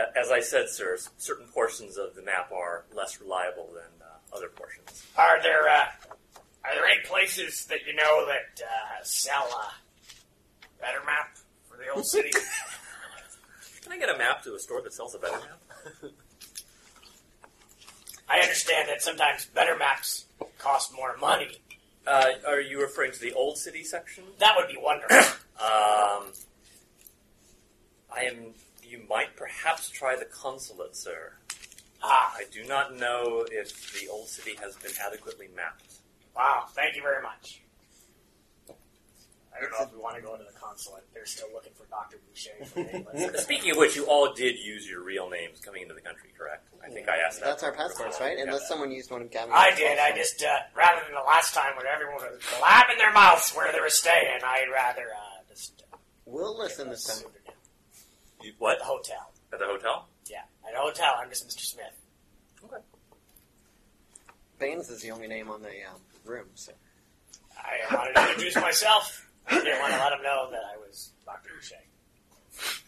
[SPEAKER 6] "A- as i said sir s- certain portions of the map are less reliable than uh, other portions
[SPEAKER 3] Are there uh, are there any places that you know that uh, sell a better map for the old *laughs* city?
[SPEAKER 6] Can I get a map to a store that sells a better map?
[SPEAKER 3] I understand that sometimes better maps cost more money.
[SPEAKER 6] Uh, are you referring to the old city section?
[SPEAKER 3] That would be wonderful.
[SPEAKER 6] Um, I am. You might perhaps try the consulate, sir.
[SPEAKER 3] ah,
[SPEAKER 6] I do not know if the old city has been adequately mapped.
[SPEAKER 3] wow. Thank you very much. I don't know if we want to go to the consulate. They're still looking for Dr. Boucher. For me,
[SPEAKER 6] *laughs*
[SPEAKER 3] but-
[SPEAKER 6] Speaking of which, you all did use your real names coming into the country, correct? I think I asked that.
[SPEAKER 4] That's our passports, right?
[SPEAKER 6] Yeah.
[SPEAKER 4] Unless someone used one of Gavin's.
[SPEAKER 3] I did. I just, uh, rather than the last time when everyone was blabbing their mouths where they were staying, I'd rather uh, just uh,
[SPEAKER 4] We'll
[SPEAKER 3] get
[SPEAKER 4] listen
[SPEAKER 3] a
[SPEAKER 4] this time.
[SPEAKER 3] pseudonym.
[SPEAKER 6] You- what
[SPEAKER 3] At the hotel.
[SPEAKER 6] at the hotel?
[SPEAKER 3] Yeah, at a hotel. I'm just Mr. Smith.
[SPEAKER 4] Baines is the only name on the um, room, so.
[SPEAKER 3] I wanted to introduce myself. I didn't want to let them know that I was Dr. Boucher.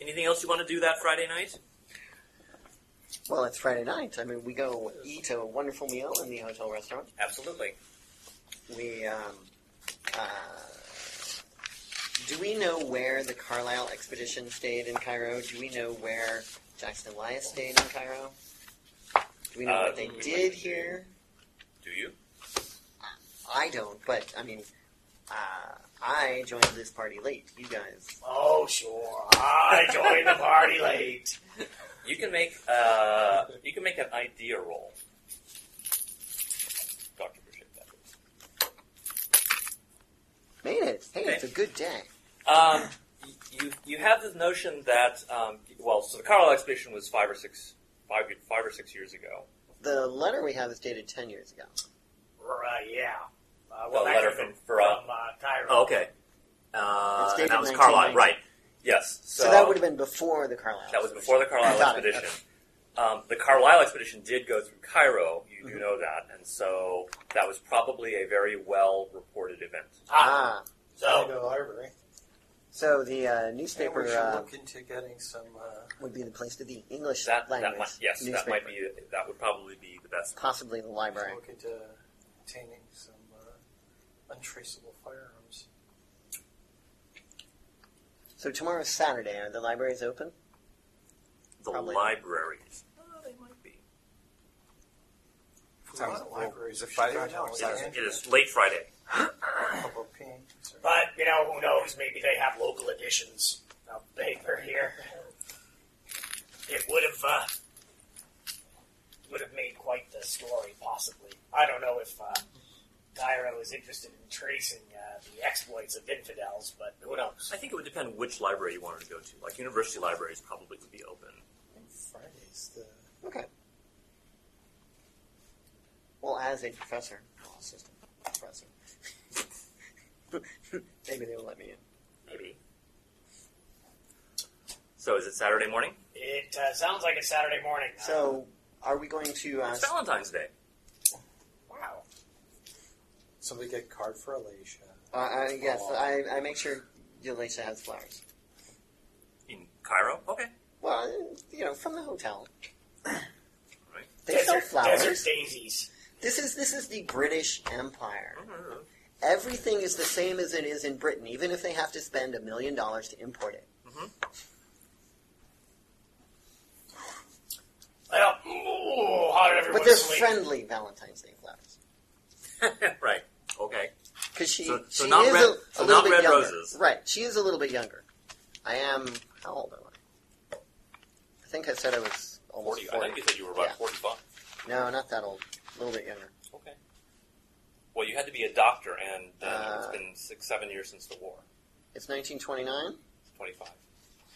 [SPEAKER 6] Anything else you want to do that Friday night?
[SPEAKER 4] Well, it's Friday night. I mean, we go eat a wonderful meal in the hotel restaurant.
[SPEAKER 6] Absolutely.
[SPEAKER 4] We, um, uh, do we know where the Carlisle expedition stayed in Cairo? Do we know where Jackson Elias stayed in Cairo? Do we know
[SPEAKER 6] Uh,
[SPEAKER 4] what they
[SPEAKER 6] we might
[SPEAKER 4] did
[SPEAKER 6] do.
[SPEAKER 4] here?
[SPEAKER 6] Do you?
[SPEAKER 4] I don't, but I mean, uh, I joined this party late. You guys,
[SPEAKER 3] Oh, sure. I joined the party late.
[SPEAKER 6] You can make uh, you can make an idea roll. Doctor Boucher. that is.
[SPEAKER 4] made it. Hey, it's a good day.
[SPEAKER 6] Um, y- you you have this notion that um, well, so the Carlisle expedition was five or six five five or six years ago.
[SPEAKER 4] The letter we have is dated ten years ago.
[SPEAKER 3] Right, yeah. Uh, well,
[SPEAKER 6] The
[SPEAKER 3] that
[SPEAKER 6] letter
[SPEAKER 3] could
[SPEAKER 6] from
[SPEAKER 3] be
[SPEAKER 6] Farah.
[SPEAKER 3] from uh, Cairo.
[SPEAKER 6] Oh, okay. Uh,
[SPEAKER 4] It's dated
[SPEAKER 6] and that was
[SPEAKER 4] 1990.
[SPEAKER 6] Carlisle, right? Yes.
[SPEAKER 4] So, that would have been before the Carlisle.
[SPEAKER 6] That was before the Carlisle
[SPEAKER 4] Got it,
[SPEAKER 6] expedition. Um, the Carlisle expedition did go through Cairo. You do know that, and so that was probably a very well reported event. Uh-huh.
[SPEAKER 3] Ah,
[SPEAKER 4] Ah,
[SPEAKER 6] Oh.
[SPEAKER 3] so,
[SPEAKER 7] Idaho Library.
[SPEAKER 4] so the uh,
[SPEAKER 7] Maybe we
[SPEAKER 4] newspaper
[SPEAKER 7] should
[SPEAKER 4] uh,
[SPEAKER 7] look into getting some. Uh,
[SPEAKER 4] would be the place to be. English
[SPEAKER 6] That,
[SPEAKER 4] language.
[SPEAKER 6] that might, yes,
[SPEAKER 4] newspaper.
[SPEAKER 6] that might be that would probably be the best.
[SPEAKER 4] possibly the library.
[SPEAKER 7] look into obtaining some uh, untraceable firearms.
[SPEAKER 4] So tomorrow's Saturday. Are the libraries open?
[SPEAKER 6] The
[SPEAKER 4] Probably.
[SPEAKER 6] libraries. Oh, they might be.
[SPEAKER 7] If we
[SPEAKER 5] Sounds
[SPEAKER 7] want
[SPEAKER 5] cool.
[SPEAKER 7] libraries,
[SPEAKER 5] Is it
[SPEAKER 7] we should
[SPEAKER 5] Friday?
[SPEAKER 7] go
[SPEAKER 5] It
[SPEAKER 6] It
[SPEAKER 7] down to
[SPEAKER 6] is, it
[SPEAKER 7] Alexandria.
[SPEAKER 6] is late Friday.
[SPEAKER 7] Public opinion. Sorry.
[SPEAKER 3] but, you know, who knows? Maybe they have local editions of paper here. It would have, uh, would have made quite the story, possibly. I don't know if, uh, Cairo is interested in tracing, uh, the exploits of infidels, but who knows?
[SPEAKER 6] I think it would depend which library you wanted to go to. Like university libraries probably would be open.
[SPEAKER 7] I think Friday's the.
[SPEAKER 4] Okay. Well, as a professor, well, assistant professor, *laughs* maybe they will let me in.
[SPEAKER 6] Maybe. So is it Saturday morning?
[SPEAKER 3] It, uh, sounds like a Saturday morning.
[SPEAKER 4] So, are we going to? Uh,
[SPEAKER 6] It's Valentine's Day.
[SPEAKER 3] wow.
[SPEAKER 7] Somebody get card for Alicia.
[SPEAKER 4] uh, uh, yes, I, I make sure Yalisha has flowers.
[SPEAKER 6] In Cairo? Okay.
[SPEAKER 4] Well, you know, from the hotel.
[SPEAKER 6] Right.
[SPEAKER 4] They sell
[SPEAKER 3] Desert- Desert
[SPEAKER 4] flowers.
[SPEAKER 3] daisies.
[SPEAKER 4] This is this is the British Empire.
[SPEAKER 6] I don't know.
[SPEAKER 4] Everything is the same as it is in Britain, even if they have to spend a million dollars to import it.
[SPEAKER 3] Well, ooh, how did everyone
[SPEAKER 4] But they're
[SPEAKER 3] sleep?
[SPEAKER 4] friendly Valentine's Day flowers.
[SPEAKER 6] right. Okay.
[SPEAKER 4] Because she,
[SPEAKER 6] So- so
[SPEAKER 4] she
[SPEAKER 6] not
[SPEAKER 4] is
[SPEAKER 6] red-
[SPEAKER 4] a, a
[SPEAKER 6] so
[SPEAKER 4] little
[SPEAKER 6] not
[SPEAKER 4] bit
[SPEAKER 6] red
[SPEAKER 4] younger.
[SPEAKER 6] roses.
[SPEAKER 4] Right. She is a little bit younger. I am. How old am I? I think I said I was almost 40.
[SPEAKER 6] I think you said you were about
[SPEAKER 4] Yeah.
[SPEAKER 6] 45.
[SPEAKER 4] No, not that old. A little bit younger.
[SPEAKER 6] Okay. Well, you had to be a doctor, and uh, it's
[SPEAKER 4] Uh,
[SPEAKER 6] been six, seven years since the war.
[SPEAKER 4] It's 1929,
[SPEAKER 6] It's 25.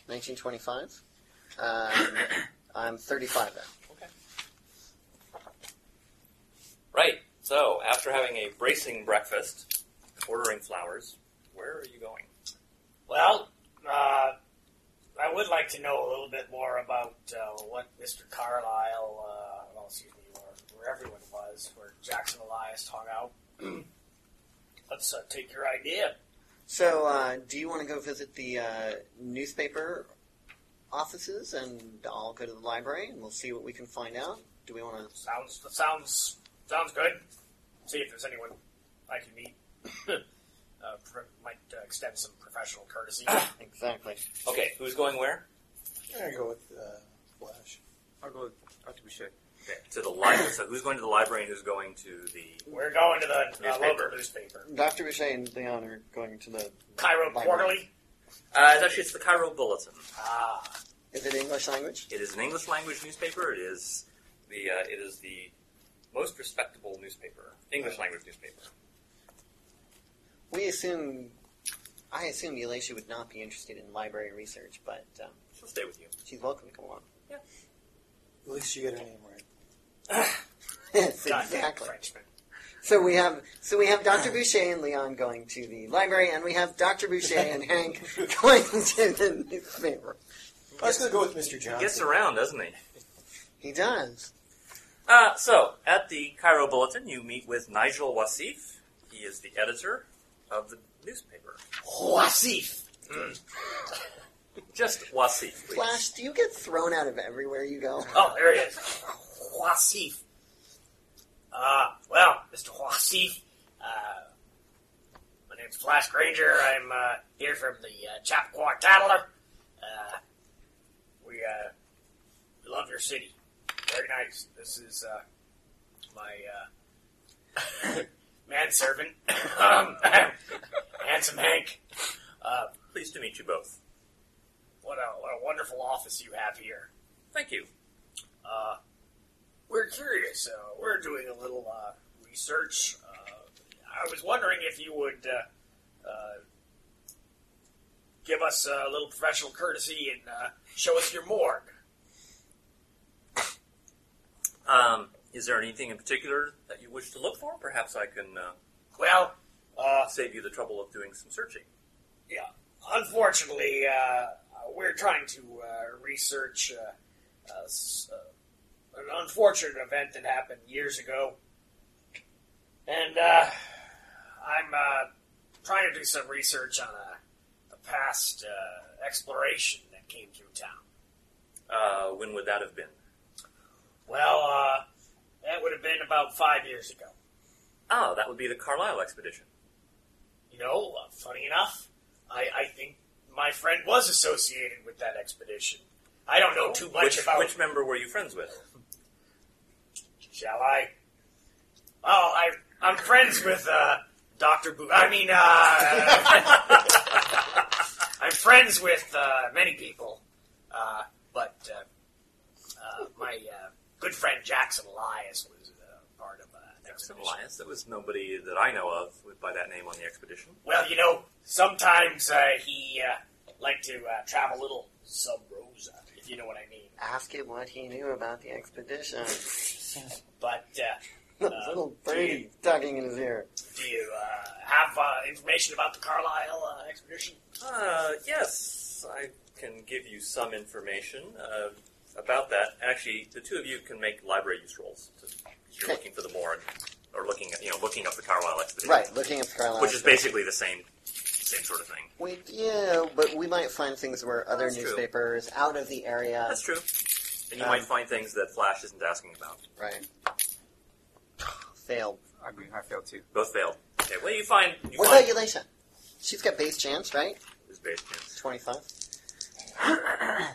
[SPEAKER 4] 1925. Um, *coughs* I'm 35 now.
[SPEAKER 6] Right. So, after having a bracing breakfast, ordering flowers, where are you going?
[SPEAKER 3] Well, uh, I would like to know a little bit more about uh, what Mr. Carlisle, uh, well, excuse me, where, where everyone was, where Jackson Elias hung out. *clears throat* Let's uh, take your idea.
[SPEAKER 4] So, uh, do you want to go visit the uh, newspaper offices, and I'll go to the library, and we'll see what we can find out. Do we want to?
[SPEAKER 3] Sounds sounds sounds good. See if there's anyone I can meet. *clears throat* uh, pro might uh, extend some professional
[SPEAKER 6] *coughs*
[SPEAKER 3] courtesy.
[SPEAKER 4] Exactly.
[SPEAKER 6] Okay, who's going where?
[SPEAKER 7] I go with uh, Flash.
[SPEAKER 5] I'll go. I'll do shit.
[SPEAKER 6] Okay, to the library. So who's going to the library and who's going to the?
[SPEAKER 3] We're going to the uh,
[SPEAKER 6] Newspaper.
[SPEAKER 3] local newspaper,
[SPEAKER 4] Doctor Boucher and Leon are going to the.
[SPEAKER 3] Cairo
[SPEAKER 4] Library.
[SPEAKER 3] Quarterly.
[SPEAKER 6] Uh, it's actually, it's the Cairo Bulletin.
[SPEAKER 3] Ah,
[SPEAKER 4] Is it English language?
[SPEAKER 6] It is an English language newspaper. It is the uh, it is the most respectable newspaper, English language newspaper.
[SPEAKER 4] We assume. I assume Elisha would not be interested in library research, but um,
[SPEAKER 6] She'll stay with you.
[SPEAKER 4] she's welcome to come along.
[SPEAKER 7] At least you get her name right.
[SPEAKER 4] yes,
[SPEAKER 3] goddamn
[SPEAKER 4] exactly.
[SPEAKER 3] Frenchman.
[SPEAKER 4] So we have so we have Dr. Boucher and Leon going to the library, and we have Dr. Boucher and Hank *laughs* going to the newspaper.
[SPEAKER 7] I was going to go with Mr.
[SPEAKER 6] He gets
[SPEAKER 7] Johnson.
[SPEAKER 6] around, doesn't he?
[SPEAKER 4] He does.
[SPEAKER 6] Uh, so, at the Cairo Bulletin, you meet with Nigel Wasif. He is the editor of the newspaper. Hmm.
[SPEAKER 3] Wasif.
[SPEAKER 6] *laughs* Just Wasif, please.
[SPEAKER 4] Flash, do you get thrown out of everywhere you go?
[SPEAKER 3] Oh, there he is. Wasif. Ah, well, Mr. Wasif, uh, my name's Flash Granger. I'm uh, here from the uh, Chappaqua Tattler. Uh, we, uh, we love your city. Very nice. This is uh, my uh, *laughs* manservant, um, Handsome Hank. Uh,
[SPEAKER 6] *coughs* Pleased to meet you both.
[SPEAKER 3] what, a, what a wonderful office you have here.
[SPEAKER 6] Thank you.
[SPEAKER 3] Uh, we're curious. Uh, we're doing a little uh, research. Uh, I was wondering if you would uh, uh, give us a little professional courtesy and uh, show us your morgue.
[SPEAKER 6] Um, is there anything in particular that you wish to look for? Perhaps I can uh,
[SPEAKER 3] Well, uh,
[SPEAKER 6] save you the trouble of doing some searching.
[SPEAKER 3] unfortunately, uh, we're trying to uh, research uh, uh, s- uh, an unfortunate event that happened years ago, and uh, I'm uh, trying to do some research on a, a past uh, exploration that came through town.
[SPEAKER 6] Uh, when would that have been?
[SPEAKER 3] Well, uh, that would have been about five years ago.
[SPEAKER 6] Ah, that would be the Carlisle expedition.
[SPEAKER 3] You know, uh, funny enough, I, I think my friend was associated with that expedition. I don't know too much
[SPEAKER 6] which,
[SPEAKER 3] about
[SPEAKER 6] which member were you friends with?
[SPEAKER 3] Shall I? Well, I I'm friends with uh, Doctor Boo. I mean, uh, *laughs* I'm friends with uh, many people, uh, but uh, uh, my uh, good friend Jackson Elias was uh, part of uh, an
[SPEAKER 6] Jackson
[SPEAKER 3] expedition.
[SPEAKER 6] Elias. There was nobody that I know of with, by that name on the expedition.
[SPEAKER 3] Well, you know, sometimes uh, he uh, liked to uh, travel a little sub rosa, if you know what I mean.
[SPEAKER 4] Ask him what he knew about the expedition.
[SPEAKER 3] But uh,
[SPEAKER 4] *laughs* The little birdie tugging in his ear.
[SPEAKER 3] do you uh, have uh, information about the Carlisle uh, expedition?
[SPEAKER 6] Uh, yes, I can give you some information uh, about that. Actually, the two of you can make library use rolls. to- if You're
[SPEAKER 4] Okay.
[SPEAKER 6] looking for the morgue, or looking at you know looking up the Carlisle expedition,
[SPEAKER 4] Right, looking at the Carlisle.
[SPEAKER 6] Which is basically the same same sort of thing.
[SPEAKER 4] We, yeah, but we might find things where other
[SPEAKER 6] That's true.
[SPEAKER 4] newspapers out of the area.
[SPEAKER 6] That's true. And you
[SPEAKER 4] Um,
[SPEAKER 6] might find things that Flash isn't asking about.
[SPEAKER 4] Right. Failed.
[SPEAKER 5] I agree. I failed too.
[SPEAKER 6] Both failed. Okay, well you find you
[SPEAKER 4] What
[SPEAKER 6] find
[SPEAKER 4] about Elisha? She's got base chance, right?
[SPEAKER 6] this base chance.
[SPEAKER 4] 25.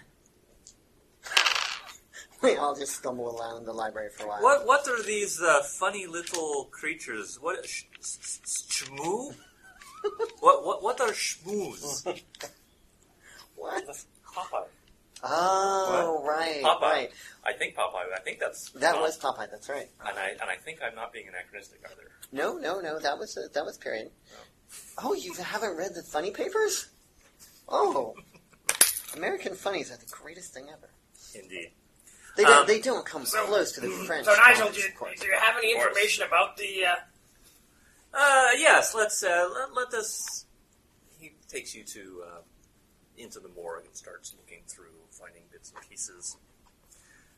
[SPEAKER 4] *laughs* we all just stumble around in the library for a while.
[SPEAKER 6] What what are these uh, funny little creatures? What sh- sh- sh- shmoo? what what what are shmoos?
[SPEAKER 4] What?
[SPEAKER 6] Popeye.
[SPEAKER 4] Oh, right.
[SPEAKER 6] Popeye.
[SPEAKER 4] Right.
[SPEAKER 6] I think Popeye. I think that's
[SPEAKER 4] That
[SPEAKER 6] not-
[SPEAKER 4] was Popeye, that's right.
[SPEAKER 6] and I and I think I'm not being anachronistic either.
[SPEAKER 4] No, no, no, that was uh, that was period. Oh, you haven't read the funny papers? Oh. American funnies are the greatest thing ever.
[SPEAKER 6] Indeed.
[SPEAKER 4] They don't,
[SPEAKER 6] Um,
[SPEAKER 4] they don't come
[SPEAKER 3] so-
[SPEAKER 4] close to the French.
[SPEAKER 3] So, Nigel,
[SPEAKER 4] comics,
[SPEAKER 3] do you,
[SPEAKER 4] of course.
[SPEAKER 3] do you have any
[SPEAKER 6] Of course.
[SPEAKER 3] information about the? Uh,
[SPEAKER 6] Uh, yes. Let's uh, let, let us. He takes you to uh, into the morgue and starts looking through, finding bits and pieces.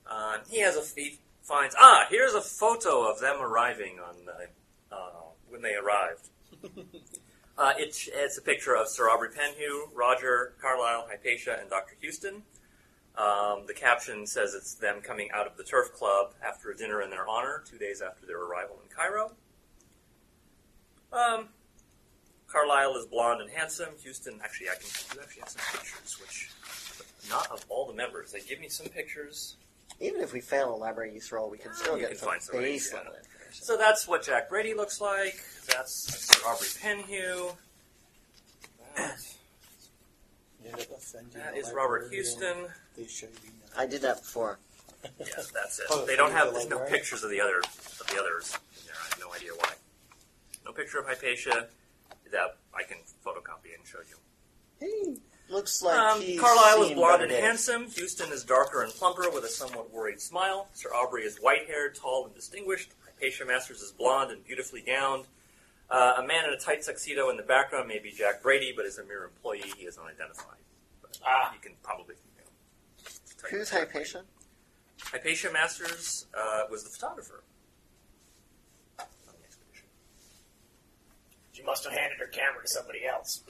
[SPEAKER 6] Uh, he has a he finds ah here's a photo of them arriving on uh, uh, when they arrived. uh, it's it's a picture of Sir Aubrey Penhew, Roger Carlyle, Hypatia, and Doctor Houston. Um, the caption says it's them coming out of the turf club after a dinner in their honor, two days after their arrival in Cairo. Um, Carlisle is blonde and handsome. Houston, actually, I can do actually have some pictures, which not of all the members. They give me some pictures.
[SPEAKER 4] Even if we fail a library use roll, we can still
[SPEAKER 6] You
[SPEAKER 4] get
[SPEAKER 6] can
[SPEAKER 4] some
[SPEAKER 6] find somebody,
[SPEAKER 4] base
[SPEAKER 6] yeah.
[SPEAKER 4] level information.
[SPEAKER 6] So that's what Jack Brady looks like. That's Sir Aubrey Penhew. That- that is Robert Houston.
[SPEAKER 7] They show you
[SPEAKER 6] *laughs*
[SPEAKER 4] I did that before.
[SPEAKER 6] Yeah, that's it.
[SPEAKER 7] Oh,
[SPEAKER 6] They don't
[SPEAKER 7] you
[SPEAKER 6] have
[SPEAKER 7] go
[SPEAKER 6] there's
[SPEAKER 7] like
[SPEAKER 6] no
[SPEAKER 7] that.
[SPEAKER 6] pictures of the other of the others in there. I have no idea why. No picture of Hypatia that I can photocopy and show you.
[SPEAKER 4] Hey, looks like
[SPEAKER 6] um,
[SPEAKER 4] he's
[SPEAKER 6] Carlisle is
[SPEAKER 4] seen
[SPEAKER 6] blonde
[SPEAKER 4] better
[SPEAKER 6] and
[SPEAKER 4] days.
[SPEAKER 6] handsome. Houston is darker and plumper with a somewhat worried smile. Sir Aubrey is white haired, tall, and distinguished. Hypatia Masters is blonde and beautifully gowned. Uh, a man in a tight tuxedo in the background may be Jack Brady, but is a mere employee. He is unidentified. But
[SPEAKER 3] Ah.
[SPEAKER 6] You can probably. You know, type
[SPEAKER 4] Who's
[SPEAKER 6] Jack Brady.
[SPEAKER 4] Hypatia?
[SPEAKER 6] Hypatia Masters uh, was the photographer. on the expedition.
[SPEAKER 3] She must have handed her camera to somebody else.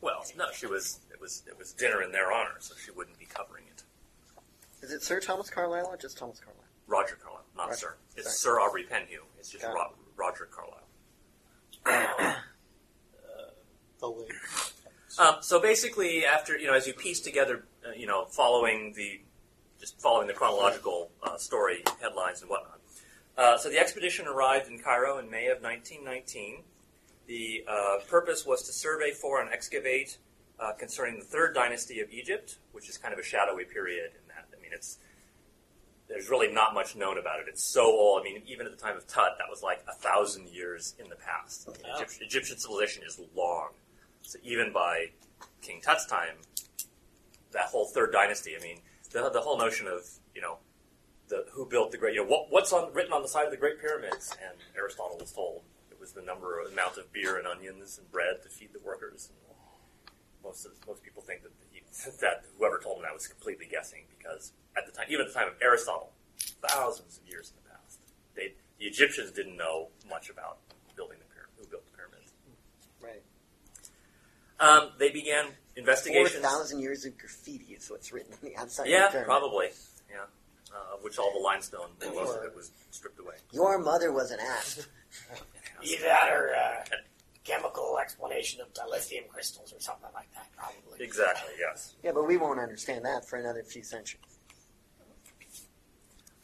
[SPEAKER 6] Well, no, she was. It was. It was dinner in their honor, so she wouldn't be covering it.
[SPEAKER 4] Is it Sir Thomas Carlyle or just Thomas Carlyle?
[SPEAKER 6] Roger Carlyle, not
[SPEAKER 4] Roger,
[SPEAKER 6] Sir. It's
[SPEAKER 4] sorry.
[SPEAKER 6] Sir Aubrey Penhew. It's just
[SPEAKER 4] Got it.
[SPEAKER 6] Ro- Roger Carlyle.
[SPEAKER 7] the lake.
[SPEAKER 6] Um, so basically, after you know, as you piece together, uh, you know, following the just following the chronological uh, story headlines and whatnot. Uh, so the expedition arrived in Cairo in May of 1919. The uh, purpose was to survey for and excavate uh, concerning the third dynasty of Egypt, which is kind of a shadowy period. In that, I mean, it's there's really not much known about it. It's so old. I mean, even at the time of Tut, that was like a thousand years in the past. I mean,
[SPEAKER 3] Wow.
[SPEAKER 6] Egypt- Egyptian civilization is long. So even by King Tut's time, that whole third dynasty. I mean, the, the whole notion of you know the who built the great you know what, what's on written on the side of the great pyramids, and Aristotle was told it was the number of amount of beer and onions and bread to feed the workers. And most of, most people think that he, that whoever told him that was completely guessing because at the time, even at the time of Aristotle, thousands of years in the past, they, the Egyptians didn't know much about building the pyramid, who built the pyramids.
[SPEAKER 4] Right.
[SPEAKER 6] Um, they began
[SPEAKER 4] Four
[SPEAKER 6] investigations.
[SPEAKER 4] thousand years of graffiti is what's written on the outside.
[SPEAKER 6] Yeah,
[SPEAKER 4] of the pyramid.
[SPEAKER 6] probably. Yeah, uh, of which all the limestone, most of it was stripped away.
[SPEAKER 4] Your mother was an ass.
[SPEAKER 3] Either that or uh, chemical explanation of the lithium crystals or something like that, probably.
[SPEAKER 6] Exactly. Yes,
[SPEAKER 4] yeah, but we won't understand that for another few centuries.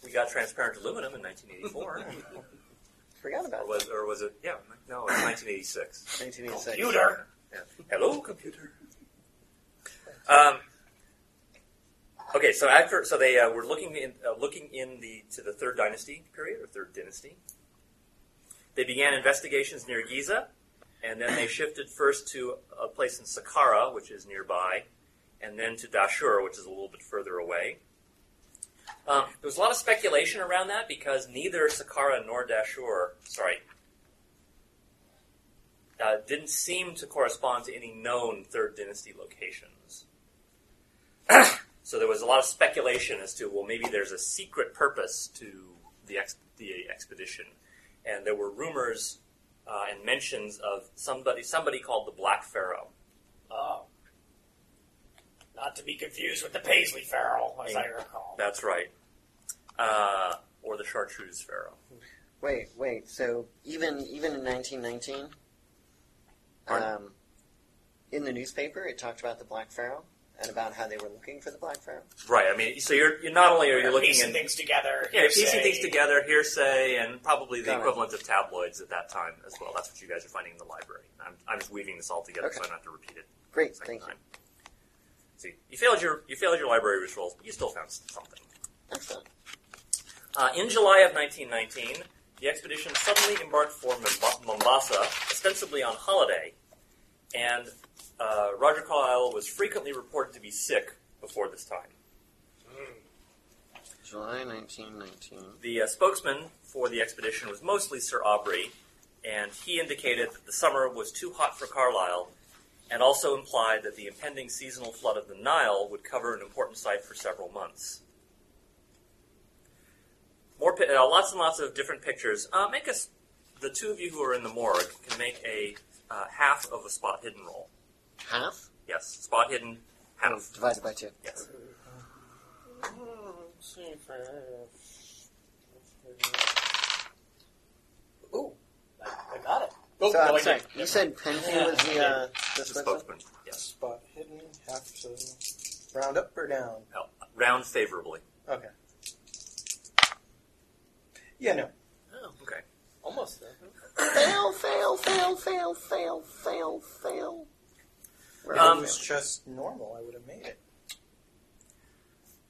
[SPEAKER 6] we got transparent aluminum
[SPEAKER 4] *laughs*
[SPEAKER 6] in 1984,
[SPEAKER 4] Forgot
[SPEAKER 6] or
[SPEAKER 4] about
[SPEAKER 6] was or was it? Yeah, no, it was 1986.
[SPEAKER 4] 1986.
[SPEAKER 3] Computer!
[SPEAKER 6] Yeah. Hello, computer. *laughs* Um, okay, so after so they uh, were looking in uh, looking in the to the third dynasty period or third dynasty. They began investigations near Giza, and then they shifted first to a place in Saqqara, which is nearby, and then to Dashur, which is a little bit further away. Um, there was a lot of speculation around that because neither Saqqara nor Dashur, sorry, uh, didn't seem to correspond to any known Third Dynasty locations. *clears throat* so there was a lot of speculation as to, well, maybe there's a secret purpose to the, ex- the expedition. And there were rumors uh, and mentions of somebody, somebody called the Black Pharaoh.
[SPEAKER 3] Oh. Not to be confused with the Paisley Feral, as I recall.
[SPEAKER 6] That's right. Uh, or the Chartreuse Pharaoh.
[SPEAKER 4] Wait, wait. So even even in 1919,
[SPEAKER 6] Pardon?
[SPEAKER 4] um, in the newspaper, it talked about the Black Pharaoh and about how they were looking for the Black Pharaoh.
[SPEAKER 6] Right. I mean, so you're, you're not only are you
[SPEAKER 3] You're
[SPEAKER 6] looking
[SPEAKER 3] piecing
[SPEAKER 6] in
[SPEAKER 3] things together.
[SPEAKER 6] Yeah, piecing
[SPEAKER 3] hearsay.
[SPEAKER 6] things together, hearsay, and probably the
[SPEAKER 4] Got it.
[SPEAKER 6] equivalent of tabloids at that time as well. That's what you guys are finding in the library. I'm, I'm just weaving this all together so I
[SPEAKER 4] Okay.
[SPEAKER 6] don't have to repeat it the
[SPEAKER 4] Great,
[SPEAKER 6] second
[SPEAKER 4] thank you.
[SPEAKER 6] time. See, you failed your you failed your library research rolls, but you still found something.
[SPEAKER 4] Excellent.
[SPEAKER 6] Uh, in July of 1919, the expedition suddenly embarked for Momba- Mombasa, ostensibly on holiday, and uh, Roger Carlyle was frequently reported to be sick before this time.
[SPEAKER 4] July 1919.
[SPEAKER 6] The uh, spokesman for the expedition was mostly Sir Aubrey, and he indicated that the summer was too hot for Carlisle, and also implied that the impending seasonal flood of the Nile would cover an important site for several months. More pi- uh, lots and lots of different pictures. Uh, make us the two of you who are in the morgue can make a uh, half of a spot hidden roll.
[SPEAKER 4] Half
[SPEAKER 6] Yes, spot hidden half.
[SPEAKER 4] divided by two.
[SPEAKER 6] Yes.
[SPEAKER 3] let's see if I have. Ooh, I, I got it. Oh,
[SPEAKER 4] so,
[SPEAKER 3] no,
[SPEAKER 4] I'm
[SPEAKER 3] I
[SPEAKER 4] sorry.
[SPEAKER 3] didn't.
[SPEAKER 4] You said Penfield was the, uh, the
[SPEAKER 6] The
[SPEAKER 4] spokesman?
[SPEAKER 6] spokesman. Yes.
[SPEAKER 7] Spot hidden, half so round up or down?
[SPEAKER 6] No, Oh, round favorably.
[SPEAKER 7] Okay. Yeah, no.
[SPEAKER 6] Oh, okay.
[SPEAKER 3] Almost there.
[SPEAKER 4] Fail, fail, fail, fail, fail, fail, fail. We're
[SPEAKER 7] If
[SPEAKER 6] Um,
[SPEAKER 7] it was just normal, I would have made it.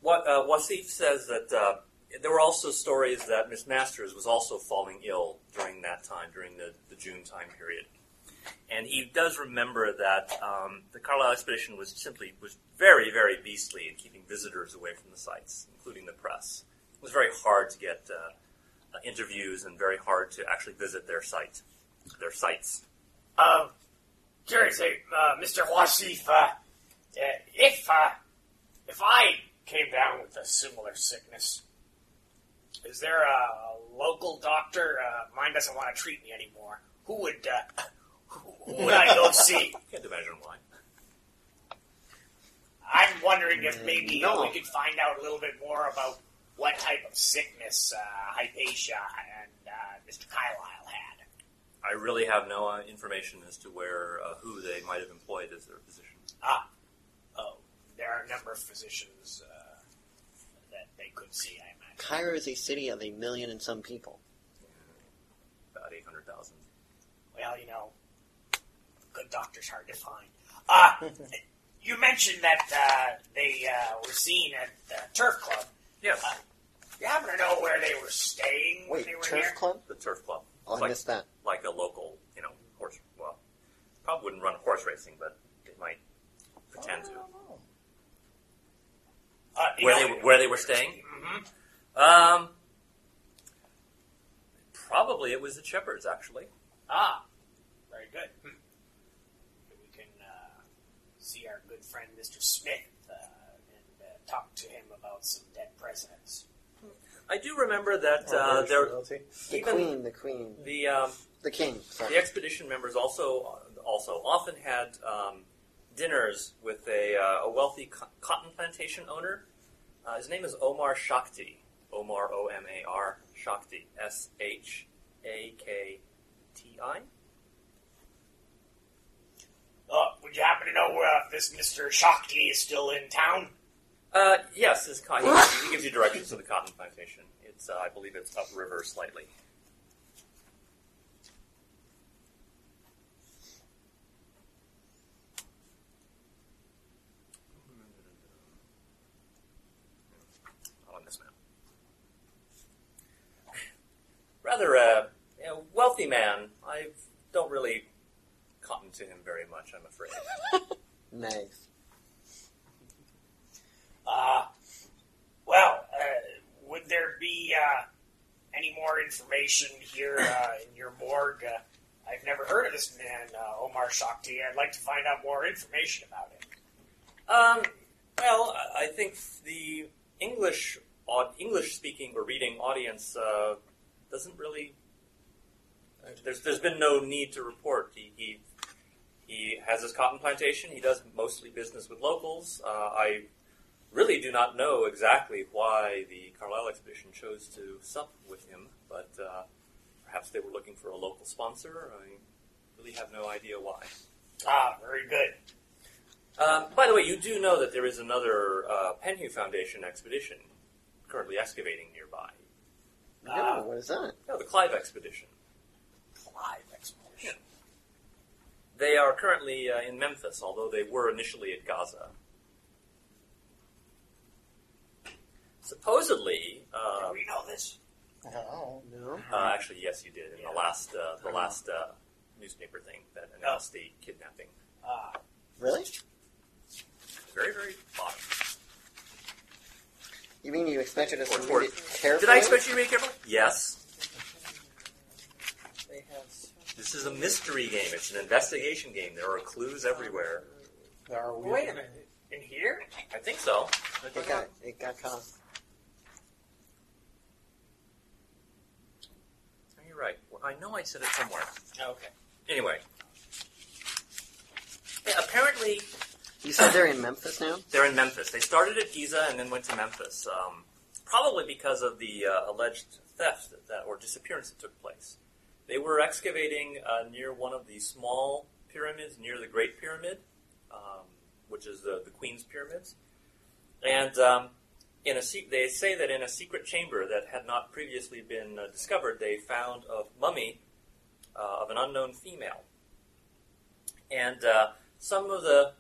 [SPEAKER 6] What uh, Wasif says that uh, there were also stories that Miss Masters was also falling ill during that time, during the, the June time period, and he does remember that um, the Carlisle expedition was simply was very very beastly in keeping visitors away from the sites, including the press. It was very hard to get uh, uh, interviews and very hard to actually visit their site, their sites.
[SPEAKER 3] Um, curious, uh, Mr. Wasif, uh, uh, if, uh, if I came down with a similar sickness, is there a local doctor, uh, mine doesn't want to treat me anymore, who would, uh, who who would I go see?
[SPEAKER 6] Can't imagine why.
[SPEAKER 3] I'm wondering if maybe uh,
[SPEAKER 4] No.
[SPEAKER 3] we could find out a little bit more about what type of sickness, uh, Hypatia and, uh, Mr. Carlyle had.
[SPEAKER 6] I really have no uh, information as to where uh, who they might have employed as their physician.
[SPEAKER 3] Oh, there are a number of physicians, uh, that they could see, I imagine.
[SPEAKER 4] Cairo is a city of a million and some people.
[SPEAKER 6] About eight hundred thousand.
[SPEAKER 3] Well, you know, good doctors hard to find.
[SPEAKER 4] *laughs*
[SPEAKER 3] Uh, you mentioned that uh, they uh, were seen at the turf club.
[SPEAKER 6] Yes.
[SPEAKER 3] You happen to know where they were staying when
[SPEAKER 4] Wait,
[SPEAKER 3] they were
[SPEAKER 4] Turf
[SPEAKER 3] here?
[SPEAKER 4] Club?
[SPEAKER 6] the turf club,
[SPEAKER 4] Oh, I
[SPEAKER 6] like
[SPEAKER 4] missed that.
[SPEAKER 6] like a local, you know, horse. Well, probably wouldn't run horse racing, but they might pretend to.
[SPEAKER 3] Uh, you
[SPEAKER 6] Where
[SPEAKER 3] know-
[SPEAKER 6] they were- where they were staying?
[SPEAKER 3] Mhm.
[SPEAKER 6] Um, probably it was the Shepherds actually.
[SPEAKER 3] Ah, very good. Hmm. We can uh, see our good friend Mr. Smith uh, and uh, talk to him about some dead presidents.
[SPEAKER 6] I do remember that
[SPEAKER 7] Or
[SPEAKER 6] uh,
[SPEAKER 7] British
[SPEAKER 6] there
[SPEAKER 7] royalty.
[SPEAKER 4] The
[SPEAKER 6] even-
[SPEAKER 4] queen, the queen,
[SPEAKER 6] the um,
[SPEAKER 4] the king. Sorry.
[SPEAKER 6] The expedition members also also often had um, dinners with a, uh, a wealthy co- cotton plantation owner. Uh, his name is Omar Shakti. Omar O M A R Shakti S H A K T I.
[SPEAKER 3] Uh, would you happen to know uh, if this Mr. Shakti is still in town?
[SPEAKER 6] Uh, yes, his cotton. He gives you directions to the cotton plantation. It's uh, I believe it's upriver slightly. Not on this map. Rather uh, a wealthy man. I don't really cotton to him very much. I'm afraid.
[SPEAKER 4] Nice.
[SPEAKER 3] Uh, well, uh, would there be uh, any more information here uh, in your morgue? Uh, I've never heard of this man, uh, Omar Shakti. I'd like to find out more information about him.
[SPEAKER 6] Um, well, I- I think the English au- English speaking or reading audience uh, doesn't really. There's there's been no need to report. He he, he has his cotton plantation. He does mostly business with locals. Uh, I really do not know exactly why the Carlisle expedition chose to sup with him, but uh, perhaps they were looking for a local sponsor. I really have no idea why.
[SPEAKER 3] Ah, very good.
[SPEAKER 6] Um, by the way, you do know that there is another uh, Penhew Foundation expedition currently excavating nearby.
[SPEAKER 4] No,
[SPEAKER 3] Ah.
[SPEAKER 4] what is that?
[SPEAKER 6] No, the Clive expedition.
[SPEAKER 3] Clive expedition.
[SPEAKER 6] They are currently uh, in Memphis, although they were initially at Gaza. Supposedly,
[SPEAKER 3] Did
[SPEAKER 6] uh,
[SPEAKER 3] we know this?
[SPEAKER 7] No.
[SPEAKER 4] No.
[SPEAKER 6] uh, actually, yes, you did in the last uh,
[SPEAKER 3] Uh-huh.
[SPEAKER 6] the last uh, newspaper thing that announced
[SPEAKER 3] Oh.
[SPEAKER 6] the kidnapping.
[SPEAKER 3] Ah,
[SPEAKER 4] Really?
[SPEAKER 6] Very, very bottom.
[SPEAKER 4] You mean you expected us to
[SPEAKER 6] Report.
[SPEAKER 4] read it carefully?
[SPEAKER 6] Did I expect you to be careful? Yes.
[SPEAKER 7] They have.
[SPEAKER 6] This is a mystery game. It's an investigation game. There are clues everywhere.
[SPEAKER 7] There are we-
[SPEAKER 3] wait a minute. In here?
[SPEAKER 6] I think so. I
[SPEAKER 4] It
[SPEAKER 6] think
[SPEAKER 4] got, it got caught.
[SPEAKER 6] Oh, You're right. Well, I know I said it somewhere.
[SPEAKER 3] Okay.
[SPEAKER 6] Anyway. Yeah, apparently,
[SPEAKER 4] You said they're in Memphis now?
[SPEAKER 6] They're in Memphis. They started at Giza and then went to Memphis, um, probably because of the uh, alleged theft that, that, or disappearance that took place. They were excavating uh, near one of the small pyramids, near the Great Pyramid, um, which is the, the Queen's Pyramids. And um, in a se- they say that in a secret chamber that had not previously been uh, discovered, they found a mummy uh, of an unknown female. And uh, some of the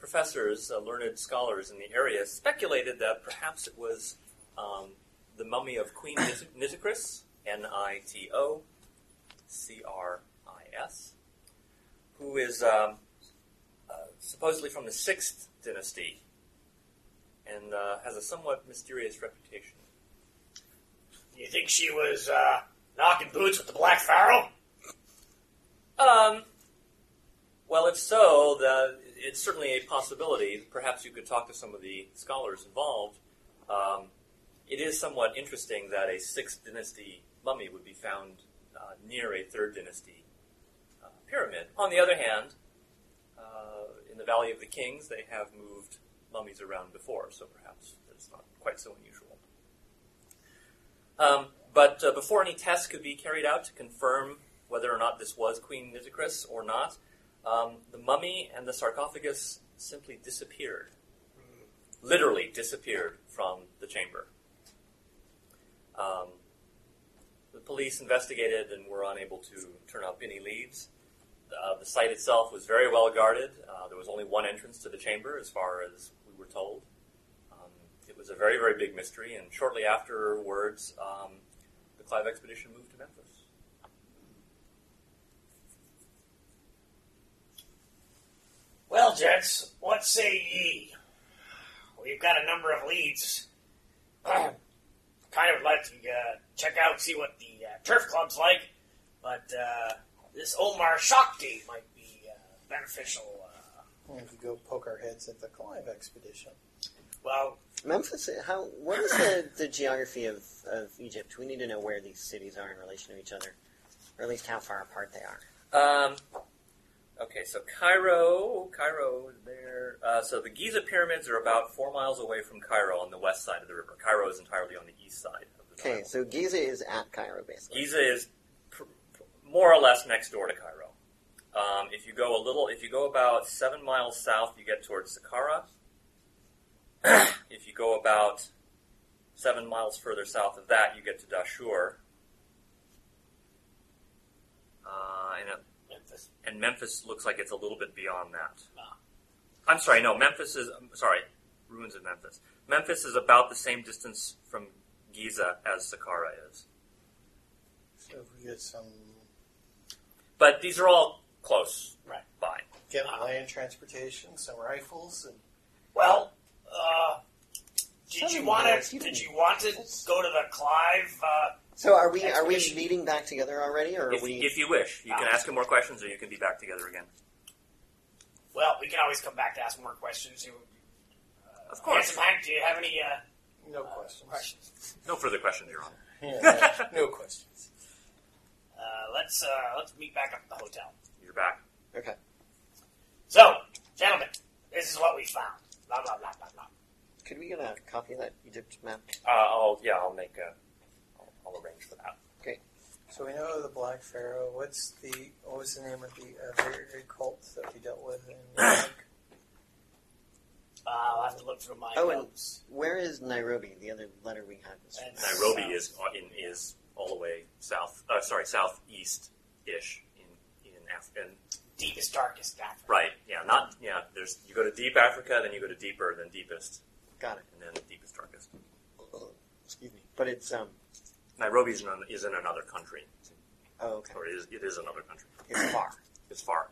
[SPEAKER 6] professors, uh, learned scholars in the area, speculated that perhaps it was um, the mummy of Queen Nitocris, *coughs* Nitocris, N I T O C R I S, who is um, uh, supposedly from the 6th dynasty and uh, has a somewhat mysterious reputation.
[SPEAKER 3] You think she was uh, knocking boots with the Black Pharaoh?
[SPEAKER 6] Um, well, if so, the, it's certainly a possibility. Perhaps you could talk to some of the scholars involved. Um, it is somewhat interesting that a sixth dynasty mummy would be found uh, near a third dynasty uh, pyramid. On the other hand, uh, in the Valley of the Kings, they have moved mummies around before, so perhaps it's not quite so unusual. Um, but uh, before any tests could be carried out to confirm whether or not this was Queen Nitocris or not, um, the mummy and the sarcophagus simply disappeared. Literally disappeared from the chamber. Um, the police investigated and were unable to turn up any leads. Uh, the site itself was very well guarded. Uh, there was only one entrance to the chamber, as far as we were told. Um, it was a very, very big mystery, and shortly afterwards, um, the Clive expedition moved to Memphis.
[SPEAKER 3] Well, gents, what say ye? We've got a number of leads. *clears throat* kind of like to uh, check out and see what the uh, turf club's like, but uh, this Omar Shakti might be uh, beneficial. Uh,
[SPEAKER 7] We could go poke our heads at the Clive expedition.
[SPEAKER 3] well,
[SPEAKER 4] Memphis, how, what is the, the geography of, of Egypt? We need to know where these cities are in relation to each other, or at least how far apart they are.
[SPEAKER 6] Um, okay, so Cairo, Cairo is there. Uh, so the Giza pyramids are about four miles away from Cairo on the west side of the river. Cairo is entirely on the east side of the
[SPEAKER 4] Okay,
[SPEAKER 6] Nile.
[SPEAKER 4] so Giza is at Cairo, basically.
[SPEAKER 6] Giza is pr- pr- more or less next door to Cairo. Um, if you go a little, if you go about seven miles south, you get towards Saqqara. *clears throat* if you go about seven miles further south of that, you get to Dashur. Uh, and, it-
[SPEAKER 3] Memphis.
[SPEAKER 6] and Memphis looks like it's a little bit beyond that.
[SPEAKER 3] Ah.
[SPEAKER 6] I'm sorry, no, Memphis is, I'm sorry, ruins of Memphis. Memphis is about the same distance from Giza as Saqqara is.
[SPEAKER 7] So if we get some
[SPEAKER 6] But these are all close
[SPEAKER 3] Right.
[SPEAKER 6] by.
[SPEAKER 7] get land transportation, some rifles, and
[SPEAKER 3] well, uh, did you
[SPEAKER 4] Seven
[SPEAKER 3] want
[SPEAKER 4] miles,
[SPEAKER 3] to?
[SPEAKER 4] you
[SPEAKER 3] Did
[SPEAKER 4] didn't-
[SPEAKER 3] you want to go to the Clive? Uh,
[SPEAKER 4] So are we are we
[SPEAKER 3] Expedition.
[SPEAKER 4] meeting back together already, or are
[SPEAKER 6] If,
[SPEAKER 4] we?
[SPEAKER 6] if you wish, you can
[SPEAKER 3] Ah.
[SPEAKER 6] ask him more questions, or you can be back together again.
[SPEAKER 3] well, we can always come back to ask more questions. You,
[SPEAKER 6] Of
[SPEAKER 3] Handsome
[SPEAKER 6] course,
[SPEAKER 3] Hank, do you have any uh,
[SPEAKER 7] no
[SPEAKER 3] uh,
[SPEAKER 7] questions.
[SPEAKER 3] questions?
[SPEAKER 6] no further questions, Your Honor.
[SPEAKER 7] *laughs* Yeah, no, no questions.
[SPEAKER 3] Uh, let's uh, let's meet back up at the hotel.
[SPEAKER 6] You're back.
[SPEAKER 4] okay.
[SPEAKER 3] So, gentlemen, this is what we found. Blah blah blah blah blah.
[SPEAKER 4] Could we get a copy of that Egypt map?
[SPEAKER 6] Uh, I'll yeah, I'll make a, I'll, I'll arrange for that.
[SPEAKER 7] So we know the Black Pharaoh. What's the what was the name of the other cult that we dealt with in
[SPEAKER 6] *coughs*
[SPEAKER 7] Iraq?
[SPEAKER 3] Uh, I'll have to look through my
[SPEAKER 4] Oh, and-
[SPEAKER 3] notes.
[SPEAKER 4] Where is Nairobi? The other letter we had was
[SPEAKER 3] And-
[SPEAKER 6] Nairobi
[SPEAKER 3] South.
[SPEAKER 6] is on- in is all the way south. Uh, sorry, southeast ish in in Africa.
[SPEAKER 3] Deepest, darkest Africa.
[SPEAKER 6] Right? Yeah. Not yeah. There's you go to deep Africa, then you go to deeper, then deepest,
[SPEAKER 4] got it.
[SPEAKER 6] and then deepest darkest.
[SPEAKER 4] Excuse me, but it's um.
[SPEAKER 6] Nairobi is in, an, is in another country,
[SPEAKER 4] Oh, okay.
[SPEAKER 6] or it is it is another country.
[SPEAKER 3] *coughs*
[SPEAKER 4] It's far,
[SPEAKER 6] It's far.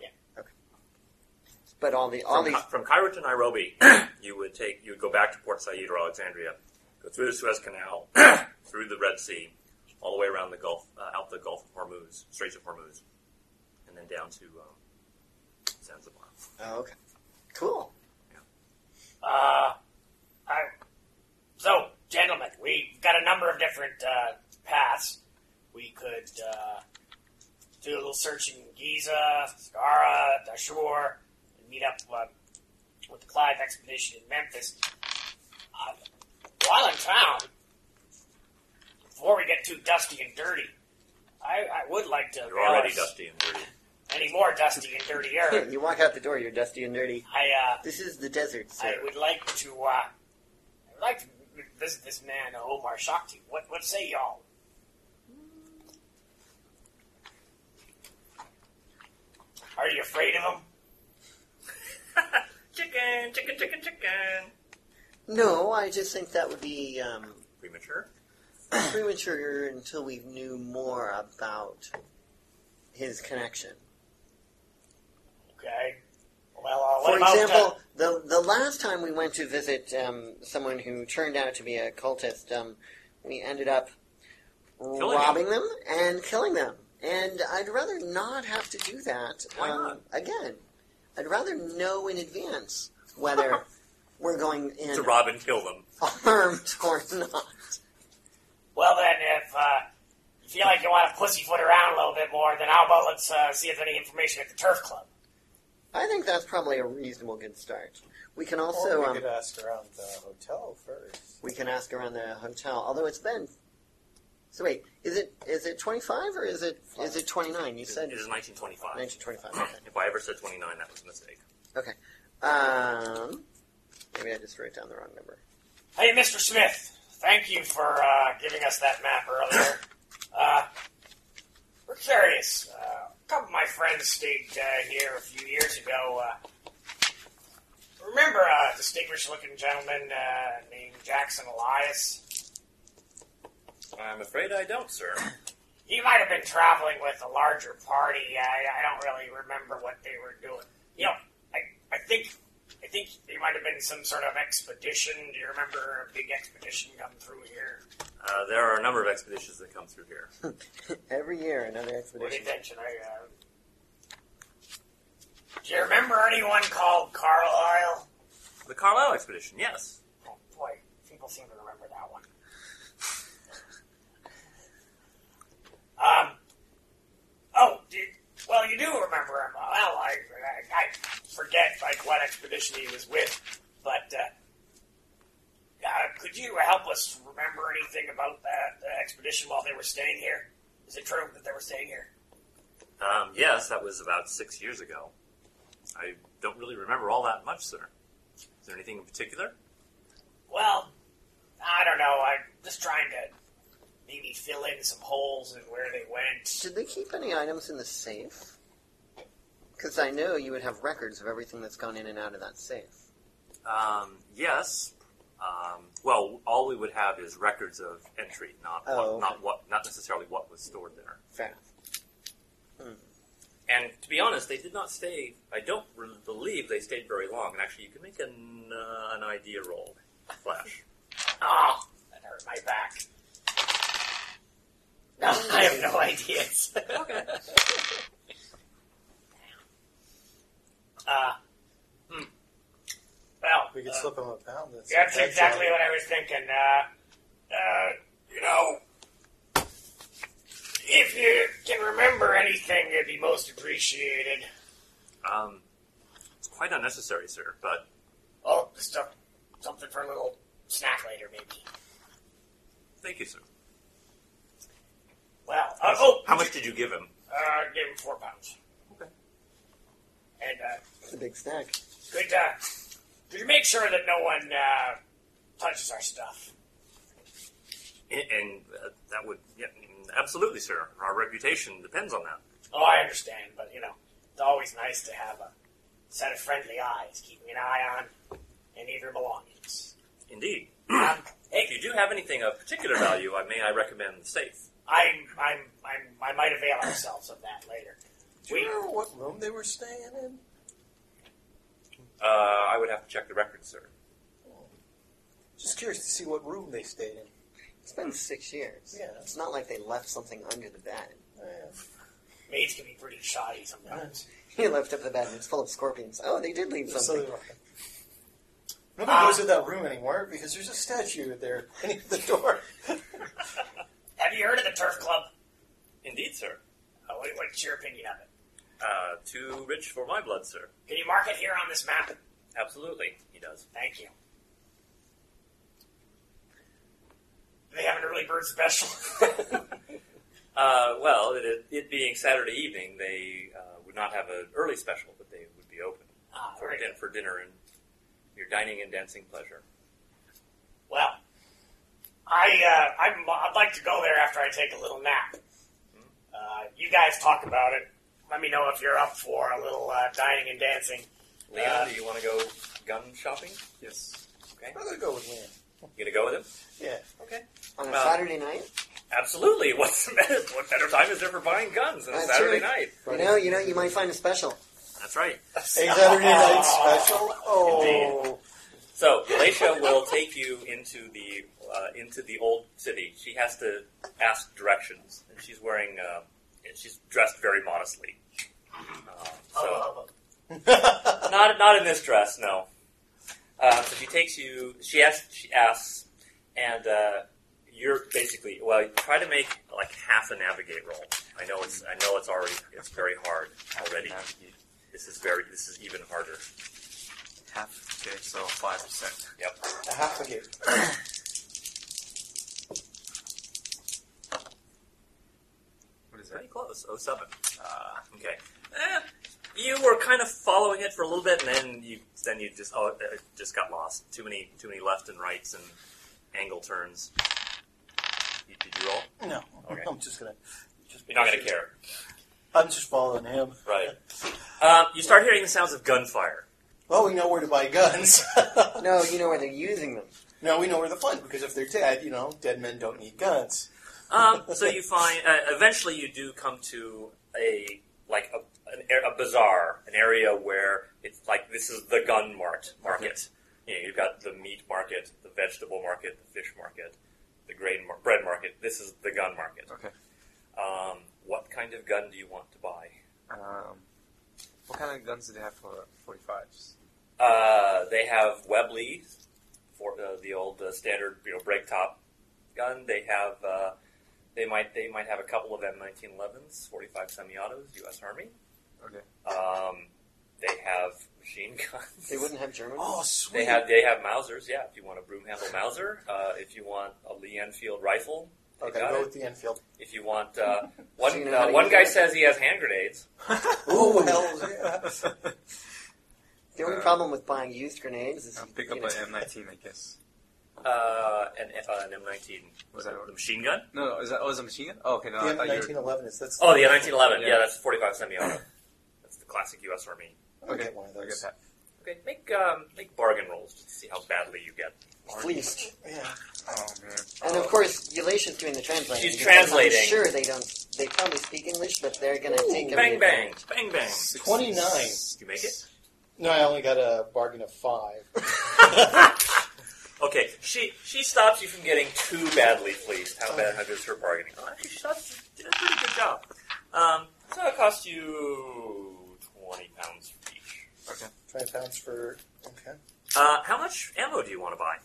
[SPEAKER 4] but all the all
[SPEAKER 6] from,
[SPEAKER 4] these
[SPEAKER 6] Ca- from Cairo to Nairobi, you would take you would go back to Port Said or Alexandria, go through the Suez Canal, *clears throat* through the Red Sea, all the way around the Gulf, uh, out the Gulf of Hormuz, Straits of Hormuz, and then down to um, Zanzibar.
[SPEAKER 4] Oh, okay. Cool.
[SPEAKER 3] Uh, I, so, gentlemen, we've got a number of different uh, paths. We could uh, do a little search in Giza, Saqqara, Dashur, and meet up uh, with with the Clive expedition in Memphis. Uh, while in town, before we get too dusty and dirty, I, I would like to.
[SPEAKER 6] You're already
[SPEAKER 3] balance
[SPEAKER 6] dusty and dirty.
[SPEAKER 3] Any more dusty and
[SPEAKER 4] *laughs*
[SPEAKER 3] dirtier?
[SPEAKER 4] you walk out the door, you're dusty and dirty.
[SPEAKER 3] I uh,
[SPEAKER 4] This is the desert, sir.
[SPEAKER 3] I would like to. Uh, I would like to visit this man uh, Omar Shakti. What what say y'all? Are you afraid of him?
[SPEAKER 6] *laughs* Chicken, chicken, chicken, chicken.
[SPEAKER 4] No, I just think that would be um, *coughs*
[SPEAKER 6] Premature.
[SPEAKER 4] premature until we knew more about his connection.
[SPEAKER 3] Okay. Well, uh, what
[SPEAKER 4] For
[SPEAKER 3] about, uh,
[SPEAKER 4] example, the the last time we went to visit um, someone who turned out to be a cultist, um, we ended up
[SPEAKER 6] Killing
[SPEAKER 4] robbing them. and killing them. And I'd rather not have to do that
[SPEAKER 6] Why
[SPEAKER 4] um,
[SPEAKER 6] not?
[SPEAKER 4] again. I'd rather know in advance
[SPEAKER 6] *laughs*
[SPEAKER 4] whether we're going in
[SPEAKER 6] To rob and kill them.
[SPEAKER 4] *laughs* armed or not.
[SPEAKER 3] well then, if uh, you feel like you want to pussyfoot around a little bit more, then how about let's uh, see if there's any information at the turf club?
[SPEAKER 4] I think that's probably a reasonable good start. We can also
[SPEAKER 7] or we
[SPEAKER 4] um,
[SPEAKER 7] could ask around the hotel first.
[SPEAKER 4] we can ask around the hotel. Although it's been so wait, is it is it twenty five or is it is it twenty nine? You
[SPEAKER 6] It is
[SPEAKER 4] said
[SPEAKER 6] 1925.
[SPEAKER 4] nineteen twenty five. Okay.
[SPEAKER 6] *clears throat* If I ever said 29, that was a mistake.
[SPEAKER 4] Um, maybe I just wrote down the wrong number.
[SPEAKER 3] Hey, Mr. Smith, thank you for uh, giving us that map earlier. Uh, we're curious. Uh, a couple of my friends stayed uh, here a few years ago. Uh, remember a distinguished looking gentleman uh, named Jackson Elias?
[SPEAKER 6] I'm afraid I don't, sir.
[SPEAKER 3] He might have been traveling with a larger party. I, I don't really remember what they were doing. You know, I, I think I think there might have been some sort of expedition. Do you remember a big expedition come through here?
[SPEAKER 6] Uh, there are a number of expeditions that come through here.
[SPEAKER 4] Every year, another
[SPEAKER 3] What
[SPEAKER 4] expedition.
[SPEAKER 3] invention I uh Do you remember anyone called Carlisle?
[SPEAKER 6] The Carlisle expedition, yes.
[SPEAKER 3] Oh boy, people seem to remember that one. *laughs* um. Oh, do you- well, you do remember him. Well, I, I, I forget like what expedition he was with, but uh, uh, could you help us remember anything about that uh, expedition while they were staying here? Is it true that they were staying here?
[SPEAKER 6] Um, yes, that was about six years ago. I don't really remember all that much, sir. Is there anything in particular?
[SPEAKER 3] Well, I don't know. I'm just trying to maybe fill in some holes in where they went.
[SPEAKER 4] Did they keep any items in the safe? Because I know you would have records of everything that's gone in and out of that safe.
[SPEAKER 6] Um, yes. Um, well, all we would have is records of entry, not
[SPEAKER 4] Oh,
[SPEAKER 6] what,
[SPEAKER 4] okay.
[SPEAKER 6] not what, not necessarily what was stored there.
[SPEAKER 4] Fair enough.
[SPEAKER 6] And to be honest, they did not stay. I don't re- believe they stayed very long. And actually, you can make an uh, an idea roll, flash.
[SPEAKER 3] Oh, that hurt my back. *laughs* No, I have no ideas.
[SPEAKER 6] okay.
[SPEAKER 3] *laughs* Uh, hmm. Well,
[SPEAKER 7] We could
[SPEAKER 3] uh,
[SPEAKER 7] slip him a pound. That's,
[SPEAKER 3] that's
[SPEAKER 7] that's
[SPEAKER 3] exactly
[SPEAKER 7] all.
[SPEAKER 3] what I was thinking. Uh, uh, you know, if you can remember anything, it'd be most appreciated.
[SPEAKER 6] Um, it's quite unnecessary, sir. But
[SPEAKER 3] Oh, stuff, something for a little snack later, maybe.
[SPEAKER 6] thank you, sir.
[SPEAKER 3] Well, uh, oh,
[SPEAKER 6] how much did you give him?
[SPEAKER 3] Uh, gave him four pounds.
[SPEAKER 6] Okay.
[SPEAKER 3] And uh,
[SPEAKER 4] It's a big stack.
[SPEAKER 3] could uh, could you make sure that no one uh, touches our stuff?
[SPEAKER 6] And, and uh, that would, yeah, mm, absolutely, sir. Our reputation depends on that.
[SPEAKER 3] Oh, I understand, but you know, it's always nice to have a set of friendly eyes keeping an eye on any of your belongings.
[SPEAKER 6] Indeed. *clears throat*
[SPEAKER 3] um,
[SPEAKER 6] If you do have anything of particular value, I may I recommend the safe.
[SPEAKER 3] I'm, I'm, I'm, I might avail ourselves of that later.
[SPEAKER 7] Do
[SPEAKER 3] We,
[SPEAKER 7] you remember what room they were staying in?
[SPEAKER 6] Uh, I would have to check the records, sir.
[SPEAKER 7] Just curious to see what room they stayed in.
[SPEAKER 4] It's been six years.
[SPEAKER 7] Yeah.
[SPEAKER 4] It's not like they left something under the bed. *laughs*
[SPEAKER 7] Eh,
[SPEAKER 3] maids can be pretty shoddy sometimes.
[SPEAKER 4] You left up the bed and it's full of scorpions. Oh, they did leave
[SPEAKER 7] so
[SPEAKER 4] something.
[SPEAKER 7] they were- Nobody goes in that room anymore because there's a statue there *laughs* beneath the door.
[SPEAKER 3] Have you heard of the Turf Club?
[SPEAKER 6] Indeed, sir.
[SPEAKER 3] Uh, what, what's your opinion of it?
[SPEAKER 6] Uh, too rich for my blood, sir.
[SPEAKER 3] Can you mark it here on this map?
[SPEAKER 6] Absolutely, he does. *laughs*
[SPEAKER 3] Thank you. They having an early bird special. *laughs*
[SPEAKER 6] Uh, well, it, it being Saturday evening, they uh, would not have an early special, but they would be open
[SPEAKER 3] ah,
[SPEAKER 6] for,
[SPEAKER 3] very
[SPEAKER 6] din-
[SPEAKER 3] good.
[SPEAKER 6] for dinner and your dining and dancing pleasure.
[SPEAKER 3] Well, I uh, I'm, I'd like to go there after I take a little nap. Uh, you guys talk about it. Let me know if you're up for a little uh, dining and dancing.
[SPEAKER 6] Leon,
[SPEAKER 3] Uh,
[SPEAKER 6] do you want to go gun shopping?
[SPEAKER 5] Yes.
[SPEAKER 7] I'm gonna go with Leon.
[SPEAKER 6] You gonna go with him?
[SPEAKER 7] Yeah.
[SPEAKER 6] Okay.
[SPEAKER 4] On a
[SPEAKER 6] Well,
[SPEAKER 4] Saturday night?
[SPEAKER 6] Absolutely. *laughs* What's the better, what better time is there for buying guns than a
[SPEAKER 4] That's
[SPEAKER 6] Saturday
[SPEAKER 4] right.
[SPEAKER 6] night?
[SPEAKER 4] You know, you know, you might find a special.
[SPEAKER 6] That's right.
[SPEAKER 7] A
[SPEAKER 3] *laughs*
[SPEAKER 7] Saturday night special. Oh,
[SPEAKER 6] So Galatia will take you into the uh, into the old city. She has to ask directions, and she's wearing uh, and she's dressed very modestly. Uh, so
[SPEAKER 3] Oh,
[SPEAKER 6] not not in this dress, no. Uh, so she takes you. She asks. She asks, and uh, you're basically well. you Try to make like half a navigate roll. I know it's. I know it's already. It's very hard already.
[SPEAKER 5] Navigate
[SPEAKER 6] This is very. This is even harder.
[SPEAKER 5] half. Okay, so five percent.
[SPEAKER 6] Yep.
[SPEAKER 7] a half a game.
[SPEAKER 5] What is that?
[SPEAKER 6] Pretty close. Oh seven.
[SPEAKER 5] Uh,
[SPEAKER 6] Okay. Eh, you were kind of following it for a little bit, and then you then you just oh, it just got lost. Too many too many left and rights and angle turns. You, did you roll?
[SPEAKER 7] No,
[SPEAKER 6] Okay.
[SPEAKER 7] I'm just gonna. Just
[SPEAKER 6] You're not going to care.
[SPEAKER 7] I'm just following him.
[SPEAKER 6] Right. Um, you start hearing the sounds of gunfire.
[SPEAKER 7] Well, we know where to buy *laughs* guns.
[SPEAKER 4] No, you know where they're using them.
[SPEAKER 7] no, we know where the fun because if they're dead, you know, dead men don't need guns.
[SPEAKER 6] Um, so you find uh, eventually you do come to a like a, an, a bazaar, an area where it's like this is the gun mart market. You know, you've got the meat market, the vegetable market, the fish market, the grain mar- bread market. This is the gun market.
[SPEAKER 5] okay.
[SPEAKER 6] Um, what kind of gun do you want to buy?
[SPEAKER 5] Um, what kind of guns do they have for forty-fives?
[SPEAKER 6] Uh, they have Webley, for uh, the old uh, standard, you know, break top gun. They have uh, they might they might have a couple of M1911s, 45 semi-autos, U.S. Army.
[SPEAKER 5] Okay.
[SPEAKER 6] Um, they have machine *laughs* guns.
[SPEAKER 4] They wouldn't have German.
[SPEAKER 7] Oh, sweet.
[SPEAKER 5] *laughs*
[SPEAKER 6] They have they have Mausers. Yeah, if you want a broom handle Mauser, uh, if you want a Lee Enfield rifle, they
[SPEAKER 7] okay,
[SPEAKER 6] got
[SPEAKER 7] go
[SPEAKER 6] it.
[SPEAKER 7] with the Enfield.
[SPEAKER 6] If you want uh, one
[SPEAKER 4] So you know how
[SPEAKER 6] uh,
[SPEAKER 4] to
[SPEAKER 6] one
[SPEAKER 4] use
[SPEAKER 6] guy
[SPEAKER 4] it?
[SPEAKER 6] says he has hand grenades.
[SPEAKER 7] Oh, hell yeah.
[SPEAKER 4] The only
[SPEAKER 5] Uh,
[SPEAKER 4] problem with buying used grenades is
[SPEAKER 5] I'll pick
[SPEAKER 4] you
[SPEAKER 5] up
[SPEAKER 4] know,
[SPEAKER 5] an M19, I guess.
[SPEAKER 6] Uh, an, uh, an M19.
[SPEAKER 5] Was that-
[SPEAKER 6] the machine gun?
[SPEAKER 5] No, no, is that oh, is that a machine gun? Oh, okay, no,
[SPEAKER 7] The
[SPEAKER 5] I thought you were.
[SPEAKER 7] M1911 is that's.
[SPEAKER 6] Oh, the 1911.
[SPEAKER 5] Yeah.
[SPEAKER 6] Yeah, that's 45 semi-auto. that's the classic U.S. Army.
[SPEAKER 7] I'll
[SPEAKER 5] okay,
[SPEAKER 7] get one of
[SPEAKER 5] I get
[SPEAKER 7] those.
[SPEAKER 5] that.
[SPEAKER 6] Okay, make um, make bargain rolls to see how badly you get.
[SPEAKER 4] fleeced.
[SPEAKER 7] Yeah.
[SPEAKER 5] Oh man,
[SPEAKER 4] And of course, Yulatia's doing the translating.
[SPEAKER 6] She's
[SPEAKER 4] because
[SPEAKER 6] translating.
[SPEAKER 4] I'm sure they don't. They probably speak English, but they're going to take
[SPEAKER 6] Bang
[SPEAKER 4] every
[SPEAKER 6] bang,
[SPEAKER 4] advantage.
[SPEAKER 6] bang bang.
[SPEAKER 7] 29.
[SPEAKER 6] You make it.
[SPEAKER 7] No, I only got a bargain of five.
[SPEAKER 6] *laughs* Okay, she she stops you from getting too badly fleeced. How bad? How good's her bargaining? Oh, actually, she stops. She did a pretty good job. Um, so it costs you twenty pounds each.
[SPEAKER 7] Five pounds for. Okay.
[SPEAKER 6] Uh, how much ammo do you want to buy?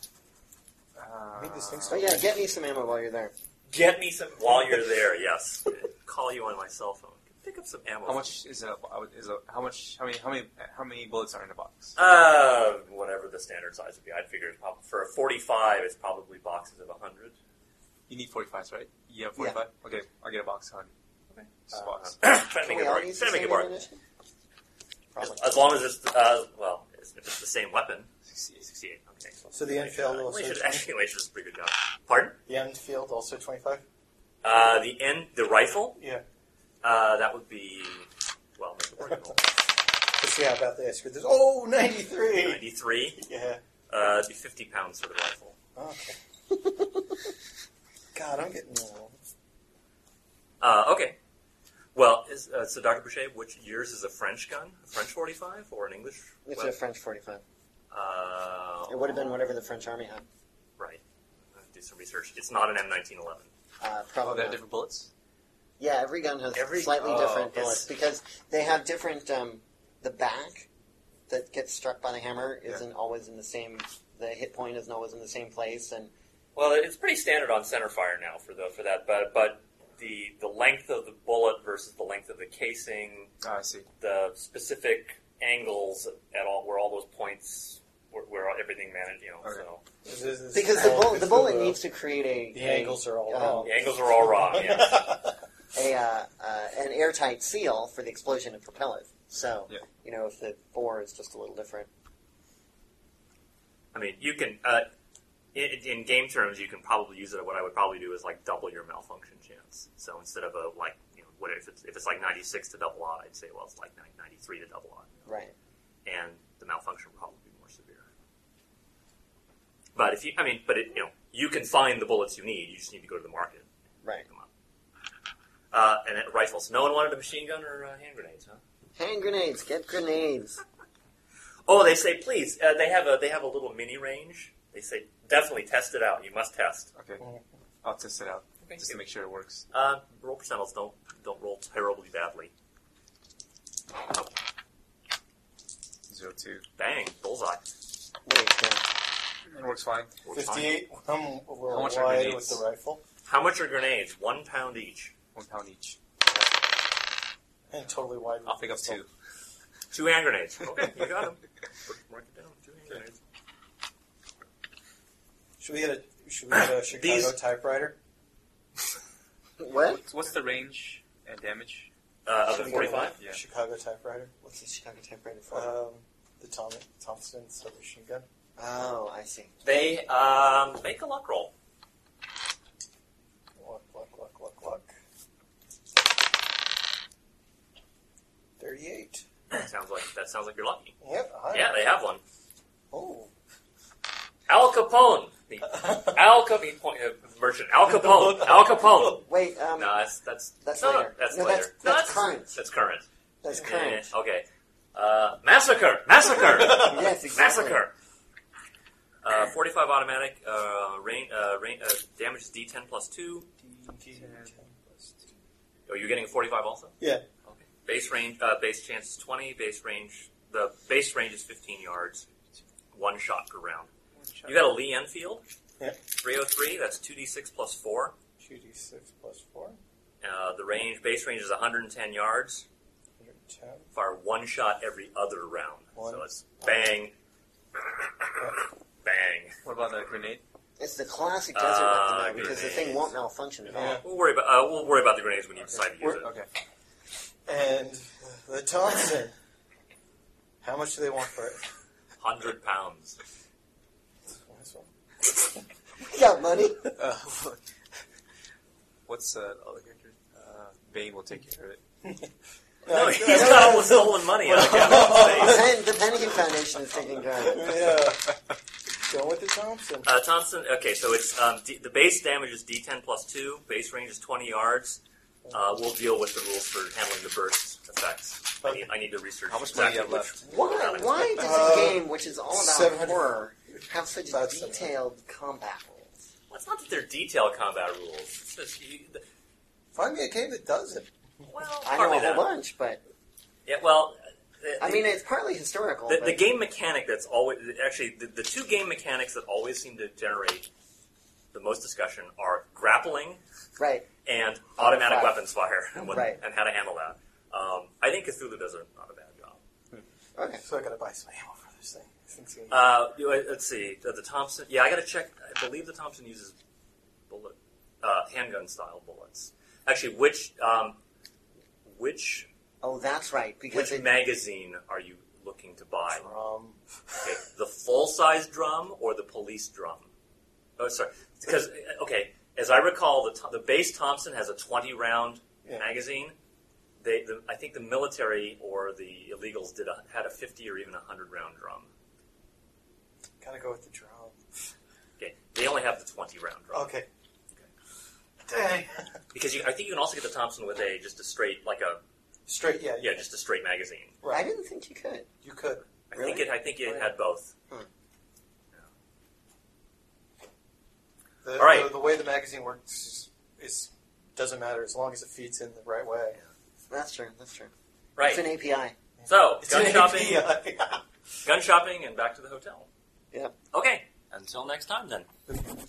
[SPEAKER 5] Uh,
[SPEAKER 7] Maybe this thing's-
[SPEAKER 4] Oh yeah, get me some ammo while you're there.
[SPEAKER 6] Get me some while you're there. Yes, call you on my cell phone. Pick up some ammo.
[SPEAKER 5] How much is it? a- I would- Is a, how much? How many? How many? How many bullets are in a box?
[SPEAKER 6] Uh, whatever the standard size would be, I'd figure it's probably, for a forty-five, it's probably boxes of hundred.
[SPEAKER 5] You need forty-fives, right? Yeah, forty-five. Okay, I'll get a box of hundred.
[SPEAKER 6] Okay. Uh,
[SPEAKER 5] Just a box.
[SPEAKER 6] *coughs* try to
[SPEAKER 4] Can Uh,
[SPEAKER 6] make
[SPEAKER 4] we
[SPEAKER 6] it
[SPEAKER 4] all
[SPEAKER 6] bargain.
[SPEAKER 4] use
[SPEAKER 6] Try
[SPEAKER 4] the
[SPEAKER 6] to make
[SPEAKER 4] same
[SPEAKER 6] it bargain.
[SPEAKER 4] ammunition?
[SPEAKER 7] Probably.
[SPEAKER 6] As long as it's uh, well, if it's the same weapon.
[SPEAKER 5] 68.
[SPEAKER 6] 68. Okay.
[SPEAKER 7] So the Enfield
[SPEAKER 6] Uh,
[SPEAKER 7] also.
[SPEAKER 6] Alicia, *laughs* actually, Alicia does a pretty good job. Pardon?
[SPEAKER 7] The Enfield also 25?
[SPEAKER 6] Uh, the end, the rifle.
[SPEAKER 7] Yeah.
[SPEAKER 6] Uh, that would be well, make a
[SPEAKER 4] *laughs*
[SPEAKER 6] bargain roll.
[SPEAKER 7] Let's see how about this. There's, oh, 93!
[SPEAKER 6] Ninety-three.
[SPEAKER 7] Yeah.
[SPEAKER 6] Uh, the fifty-pound sort of rifle.
[SPEAKER 7] Okay. God, I'm getting old.
[SPEAKER 6] Uh, okay. Well, is, uh, so Dr. Boucher, which yours is a French gun, a French forty-five, or an English?
[SPEAKER 4] *laughs* It's
[SPEAKER 6] weapon?
[SPEAKER 4] a French 45.
[SPEAKER 6] Uh,
[SPEAKER 4] It would have been whatever the French army
[SPEAKER 5] Oh,
[SPEAKER 4] had.
[SPEAKER 6] Right. Uh, Do some research. It's not an
[SPEAKER 4] Uh,
[SPEAKER 6] M1911.
[SPEAKER 5] Oh, they
[SPEAKER 4] probably.
[SPEAKER 5] have
[SPEAKER 4] not.
[SPEAKER 5] different bullets.
[SPEAKER 4] Yeah, every gun has
[SPEAKER 6] Every-
[SPEAKER 4] slightly
[SPEAKER 6] oh,
[SPEAKER 4] different
[SPEAKER 6] it's-
[SPEAKER 4] bullets because they have different. Um, the back that gets struck by the hammer
[SPEAKER 5] Yeah.
[SPEAKER 4] isn't always in the same. The hit point isn't always in the same place, and
[SPEAKER 6] Well, it's pretty standard on center fire now for the for that, but but the the length of the bullet versus the length of the casing,
[SPEAKER 5] Ah, I see.
[SPEAKER 6] the specific angles at all where all those points where, where everything managed. You know,
[SPEAKER 5] Okay.
[SPEAKER 6] so
[SPEAKER 7] This is- this
[SPEAKER 4] Because
[SPEAKER 7] is
[SPEAKER 4] the,
[SPEAKER 7] all-
[SPEAKER 4] bull
[SPEAKER 7] this
[SPEAKER 4] the
[SPEAKER 7] is
[SPEAKER 4] bullet needs to create a
[SPEAKER 7] The
[SPEAKER 4] a-
[SPEAKER 7] angles are all
[SPEAKER 4] um,
[SPEAKER 7] wrong.
[SPEAKER 6] the angles are all wrong. Yeah.
[SPEAKER 4] a uh, uh, an airtight seal for the explosion and propellant. So
[SPEAKER 5] Yeah.
[SPEAKER 4] you know if the bore is just a little different.
[SPEAKER 6] I mean, you can uh, in, in game terms, you can probably use it. What I would probably do is like double your malfunction chance. So instead of a like, you know, what if it's if it's like ninety six to double odd, I'd say well it's like ninety three to double odd,
[SPEAKER 4] Right.
[SPEAKER 6] and the malfunction would probably be more severe. But if you, I mean, but it, you know, you can find the bullets you need. You just need to go to the market
[SPEAKER 4] Right.
[SPEAKER 6] uh, and it, rifles. No one wanted a machine gun or uh, hand grenades, huh?
[SPEAKER 4] Hand grenades. Get grenades.
[SPEAKER 6] Oh, they say please. Uh, they have a they have a little mini range. They say definitely test it out. You must test.
[SPEAKER 5] Okay. I'll test it out
[SPEAKER 6] Okay.
[SPEAKER 5] just to make sure it works.
[SPEAKER 6] Uh, roll percentiles don't don't roll terribly badly.
[SPEAKER 5] Zero two.
[SPEAKER 6] Bang, bullseye.
[SPEAKER 4] Wait, no.
[SPEAKER 5] It works fine.
[SPEAKER 6] We're fine.
[SPEAKER 7] Fifty-eight. Um, we're
[SPEAKER 5] How much are
[SPEAKER 7] wide with
[SPEAKER 5] grenades?
[SPEAKER 7] the rifle
[SPEAKER 6] How much are grenades? One pound each.
[SPEAKER 5] One pound each.
[SPEAKER 7] and totally wide. With
[SPEAKER 5] I'll pick
[SPEAKER 7] the
[SPEAKER 5] up two.
[SPEAKER 6] Two hand grenades. Okay, you
[SPEAKER 4] *laughs*
[SPEAKER 6] got them. Mark it down. Two hand grenades.
[SPEAKER 7] Should we get a Should we get
[SPEAKER 5] *coughs*
[SPEAKER 7] a Chicago
[SPEAKER 6] These-
[SPEAKER 7] typewriter?
[SPEAKER 4] What?
[SPEAKER 5] What's, what's the range and damage?
[SPEAKER 6] Uh, up
[SPEAKER 7] Should
[SPEAKER 6] to
[SPEAKER 7] we get a
[SPEAKER 6] forty-five.
[SPEAKER 5] Yeah.
[SPEAKER 7] Chicago typewriter.
[SPEAKER 4] What's the Chicago typewriter for?
[SPEAKER 7] Um, the Tom Thompson submachine gun.
[SPEAKER 4] oh, I see.
[SPEAKER 6] They um, make a luck roll.
[SPEAKER 7] Luck, luck, luck, luck, luck. Thirty-eight.
[SPEAKER 6] sounds like that sounds like you're lucky.
[SPEAKER 7] Yep. I-
[SPEAKER 6] Yeah, they have one.
[SPEAKER 7] Oh. *laughs*
[SPEAKER 6] Al Capone. The Al Capone point, uh, merchant. Al Capone. Al Capone.
[SPEAKER 4] *laughs* Wait, um,
[SPEAKER 6] No, that's that's
[SPEAKER 4] that's
[SPEAKER 6] no, no,
[SPEAKER 4] later.
[SPEAKER 6] that's
[SPEAKER 4] No,
[SPEAKER 6] later.
[SPEAKER 4] that's-
[SPEAKER 6] No,
[SPEAKER 4] that's current.
[SPEAKER 6] That's current.
[SPEAKER 4] that's
[SPEAKER 6] Yeah,
[SPEAKER 4] current.
[SPEAKER 6] yeah, okay. Uh, massacre.
[SPEAKER 4] *laughs*
[SPEAKER 6] Massacre.
[SPEAKER 5] *laughs*
[SPEAKER 4] Yes, exactly.
[SPEAKER 6] Massacre. Uh, 45 automatic. Uh, rain, uh, rain, uh, damage is D10 plus two. Are you getting a 45 also?
[SPEAKER 7] Yeah.
[SPEAKER 6] Okay. Base range. Uh, base chance is 20. Base range. The base range is 15 yards. One shot per round. You got a Lee Enfield.
[SPEAKER 7] Yeah.
[SPEAKER 6] 303. That's 2d6 plus four.
[SPEAKER 7] Two D six plus four.
[SPEAKER 6] Uh, the range base range is 110 yards.
[SPEAKER 7] 110.
[SPEAKER 6] Fire one shot every other round.
[SPEAKER 7] One.
[SPEAKER 6] So it's bang, *coughs* bang.
[SPEAKER 5] What about the grenade? *laughs*
[SPEAKER 4] It's the classic desert
[SPEAKER 6] Ah,
[SPEAKER 4] weapon, though, because the thing
[SPEAKER 6] grenades.
[SPEAKER 4] won't malfunction at all.
[SPEAKER 7] Yeah.
[SPEAKER 6] We'll worry about uh, we'll worry about the grenades when you decide to use
[SPEAKER 7] We're-
[SPEAKER 6] it.
[SPEAKER 5] Okay.
[SPEAKER 7] And the Thompson. How much do they want for it?
[SPEAKER 6] Hundred pounds.
[SPEAKER 7] Nice one.
[SPEAKER 4] You got money?
[SPEAKER 5] Uh, what's uh, other character? Uh, Bane will take care of it.
[SPEAKER 6] No, *laughs*
[SPEAKER 7] it's-
[SPEAKER 6] he's got all the stolen money out
[SPEAKER 4] *laughs*
[SPEAKER 6] of Gavin's face.
[SPEAKER 4] Pen- the Pentagon Foundation is taking care of it.
[SPEAKER 7] yeah. Going with the Thompson.
[SPEAKER 6] Uh, Thompson. Okay, so it's um, D, the base damage is D10 plus two. Base range is 20 yards. Uh, we'll deal with the rules for handling the burst effects. I need, I need to research
[SPEAKER 5] How much money
[SPEAKER 6] exactly
[SPEAKER 5] you have
[SPEAKER 6] which-
[SPEAKER 4] Why,
[SPEAKER 5] left?
[SPEAKER 4] why does
[SPEAKER 7] Uh,
[SPEAKER 4] a game which is all about
[SPEAKER 7] 700.
[SPEAKER 4] horror have such
[SPEAKER 7] About 700.
[SPEAKER 4] detailed combat rules?
[SPEAKER 6] Well, it's not that they're detailed combat rules. It's just you, th-
[SPEAKER 7] Find me a game that does it.
[SPEAKER 6] well,
[SPEAKER 4] I know
[SPEAKER 6] partly
[SPEAKER 4] a whole
[SPEAKER 6] that.
[SPEAKER 4] bunch, but
[SPEAKER 6] Yeah, well, uh,
[SPEAKER 4] I mean, it's partly historical.
[SPEAKER 6] The,
[SPEAKER 4] but
[SPEAKER 6] the game mechanic that's always actually the, the two game mechanics that always seem to generate the most discussion are grappling
[SPEAKER 4] right?
[SPEAKER 6] and automatic
[SPEAKER 4] Fire.
[SPEAKER 6] weapons fire *laughs* and, what,
[SPEAKER 4] Right.
[SPEAKER 6] and how to handle that. Um, I think Cthulhu does a, not a bad job.
[SPEAKER 4] Okay.
[SPEAKER 7] So I gotta buy some ammo for this thing. This thing's gonna
[SPEAKER 6] Uh, you- uh, let's see the, the Thompson. Yeah, I got to check. I believe the Thompson uses bullet uh, handgun style bullets. Actually, which um, which
[SPEAKER 4] Oh, that's right. Because
[SPEAKER 6] which
[SPEAKER 4] it,
[SPEAKER 6] magazine are you looking to buy?
[SPEAKER 7] drum.
[SPEAKER 6] Okay, the full size drum or the police drum? Oh, sorry. Because, okay, as I recall, the, Tho- the base Thompson has a 20 round
[SPEAKER 7] Yeah.
[SPEAKER 6] magazine. They, the, I think the military or the illegals did a, had a 50 or even a 100 round drum.
[SPEAKER 7] Gotta go with the drum.
[SPEAKER 6] Okay, they only have the 20 round drum.
[SPEAKER 7] Okay. Dang.
[SPEAKER 6] Because you, I think you can also get the Thompson with a just a straight, like a,
[SPEAKER 7] Straight, yeah.
[SPEAKER 6] yeah, just a straight magazine.
[SPEAKER 4] I
[SPEAKER 7] Right.
[SPEAKER 4] didn't think you could.
[SPEAKER 7] You could.
[SPEAKER 6] I
[SPEAKER 4] Really?
[SPEAKER 6] think it, I think it
[SPEAKER 4] Oh, yeah.
[SPEAKER 6] had both.
[SPEAKER 7] The,
[SPEAKER 6] All right.
[SPEAKER 7] The, the way the magazine works is, is doesn't matter as long as it feeds in the right way.
[SPEAKER 4] That's true. That's true. It's
[SPEAKER 6] Right.
[SPEAKER 4] an API.
[SPEAKER 6] So,
[SPEAKER 7] It's *laughs*
[SPEAKER 6] gun
[SPEAKER 7] an
[SPEAKER 6] shopping,
[SPEAKER 7] API.
[SPEAKER 6] gun shopping, and back to the hotel.
[SPEAKER 4] Yep.
[SPEAKER 6] Okay, until next time then.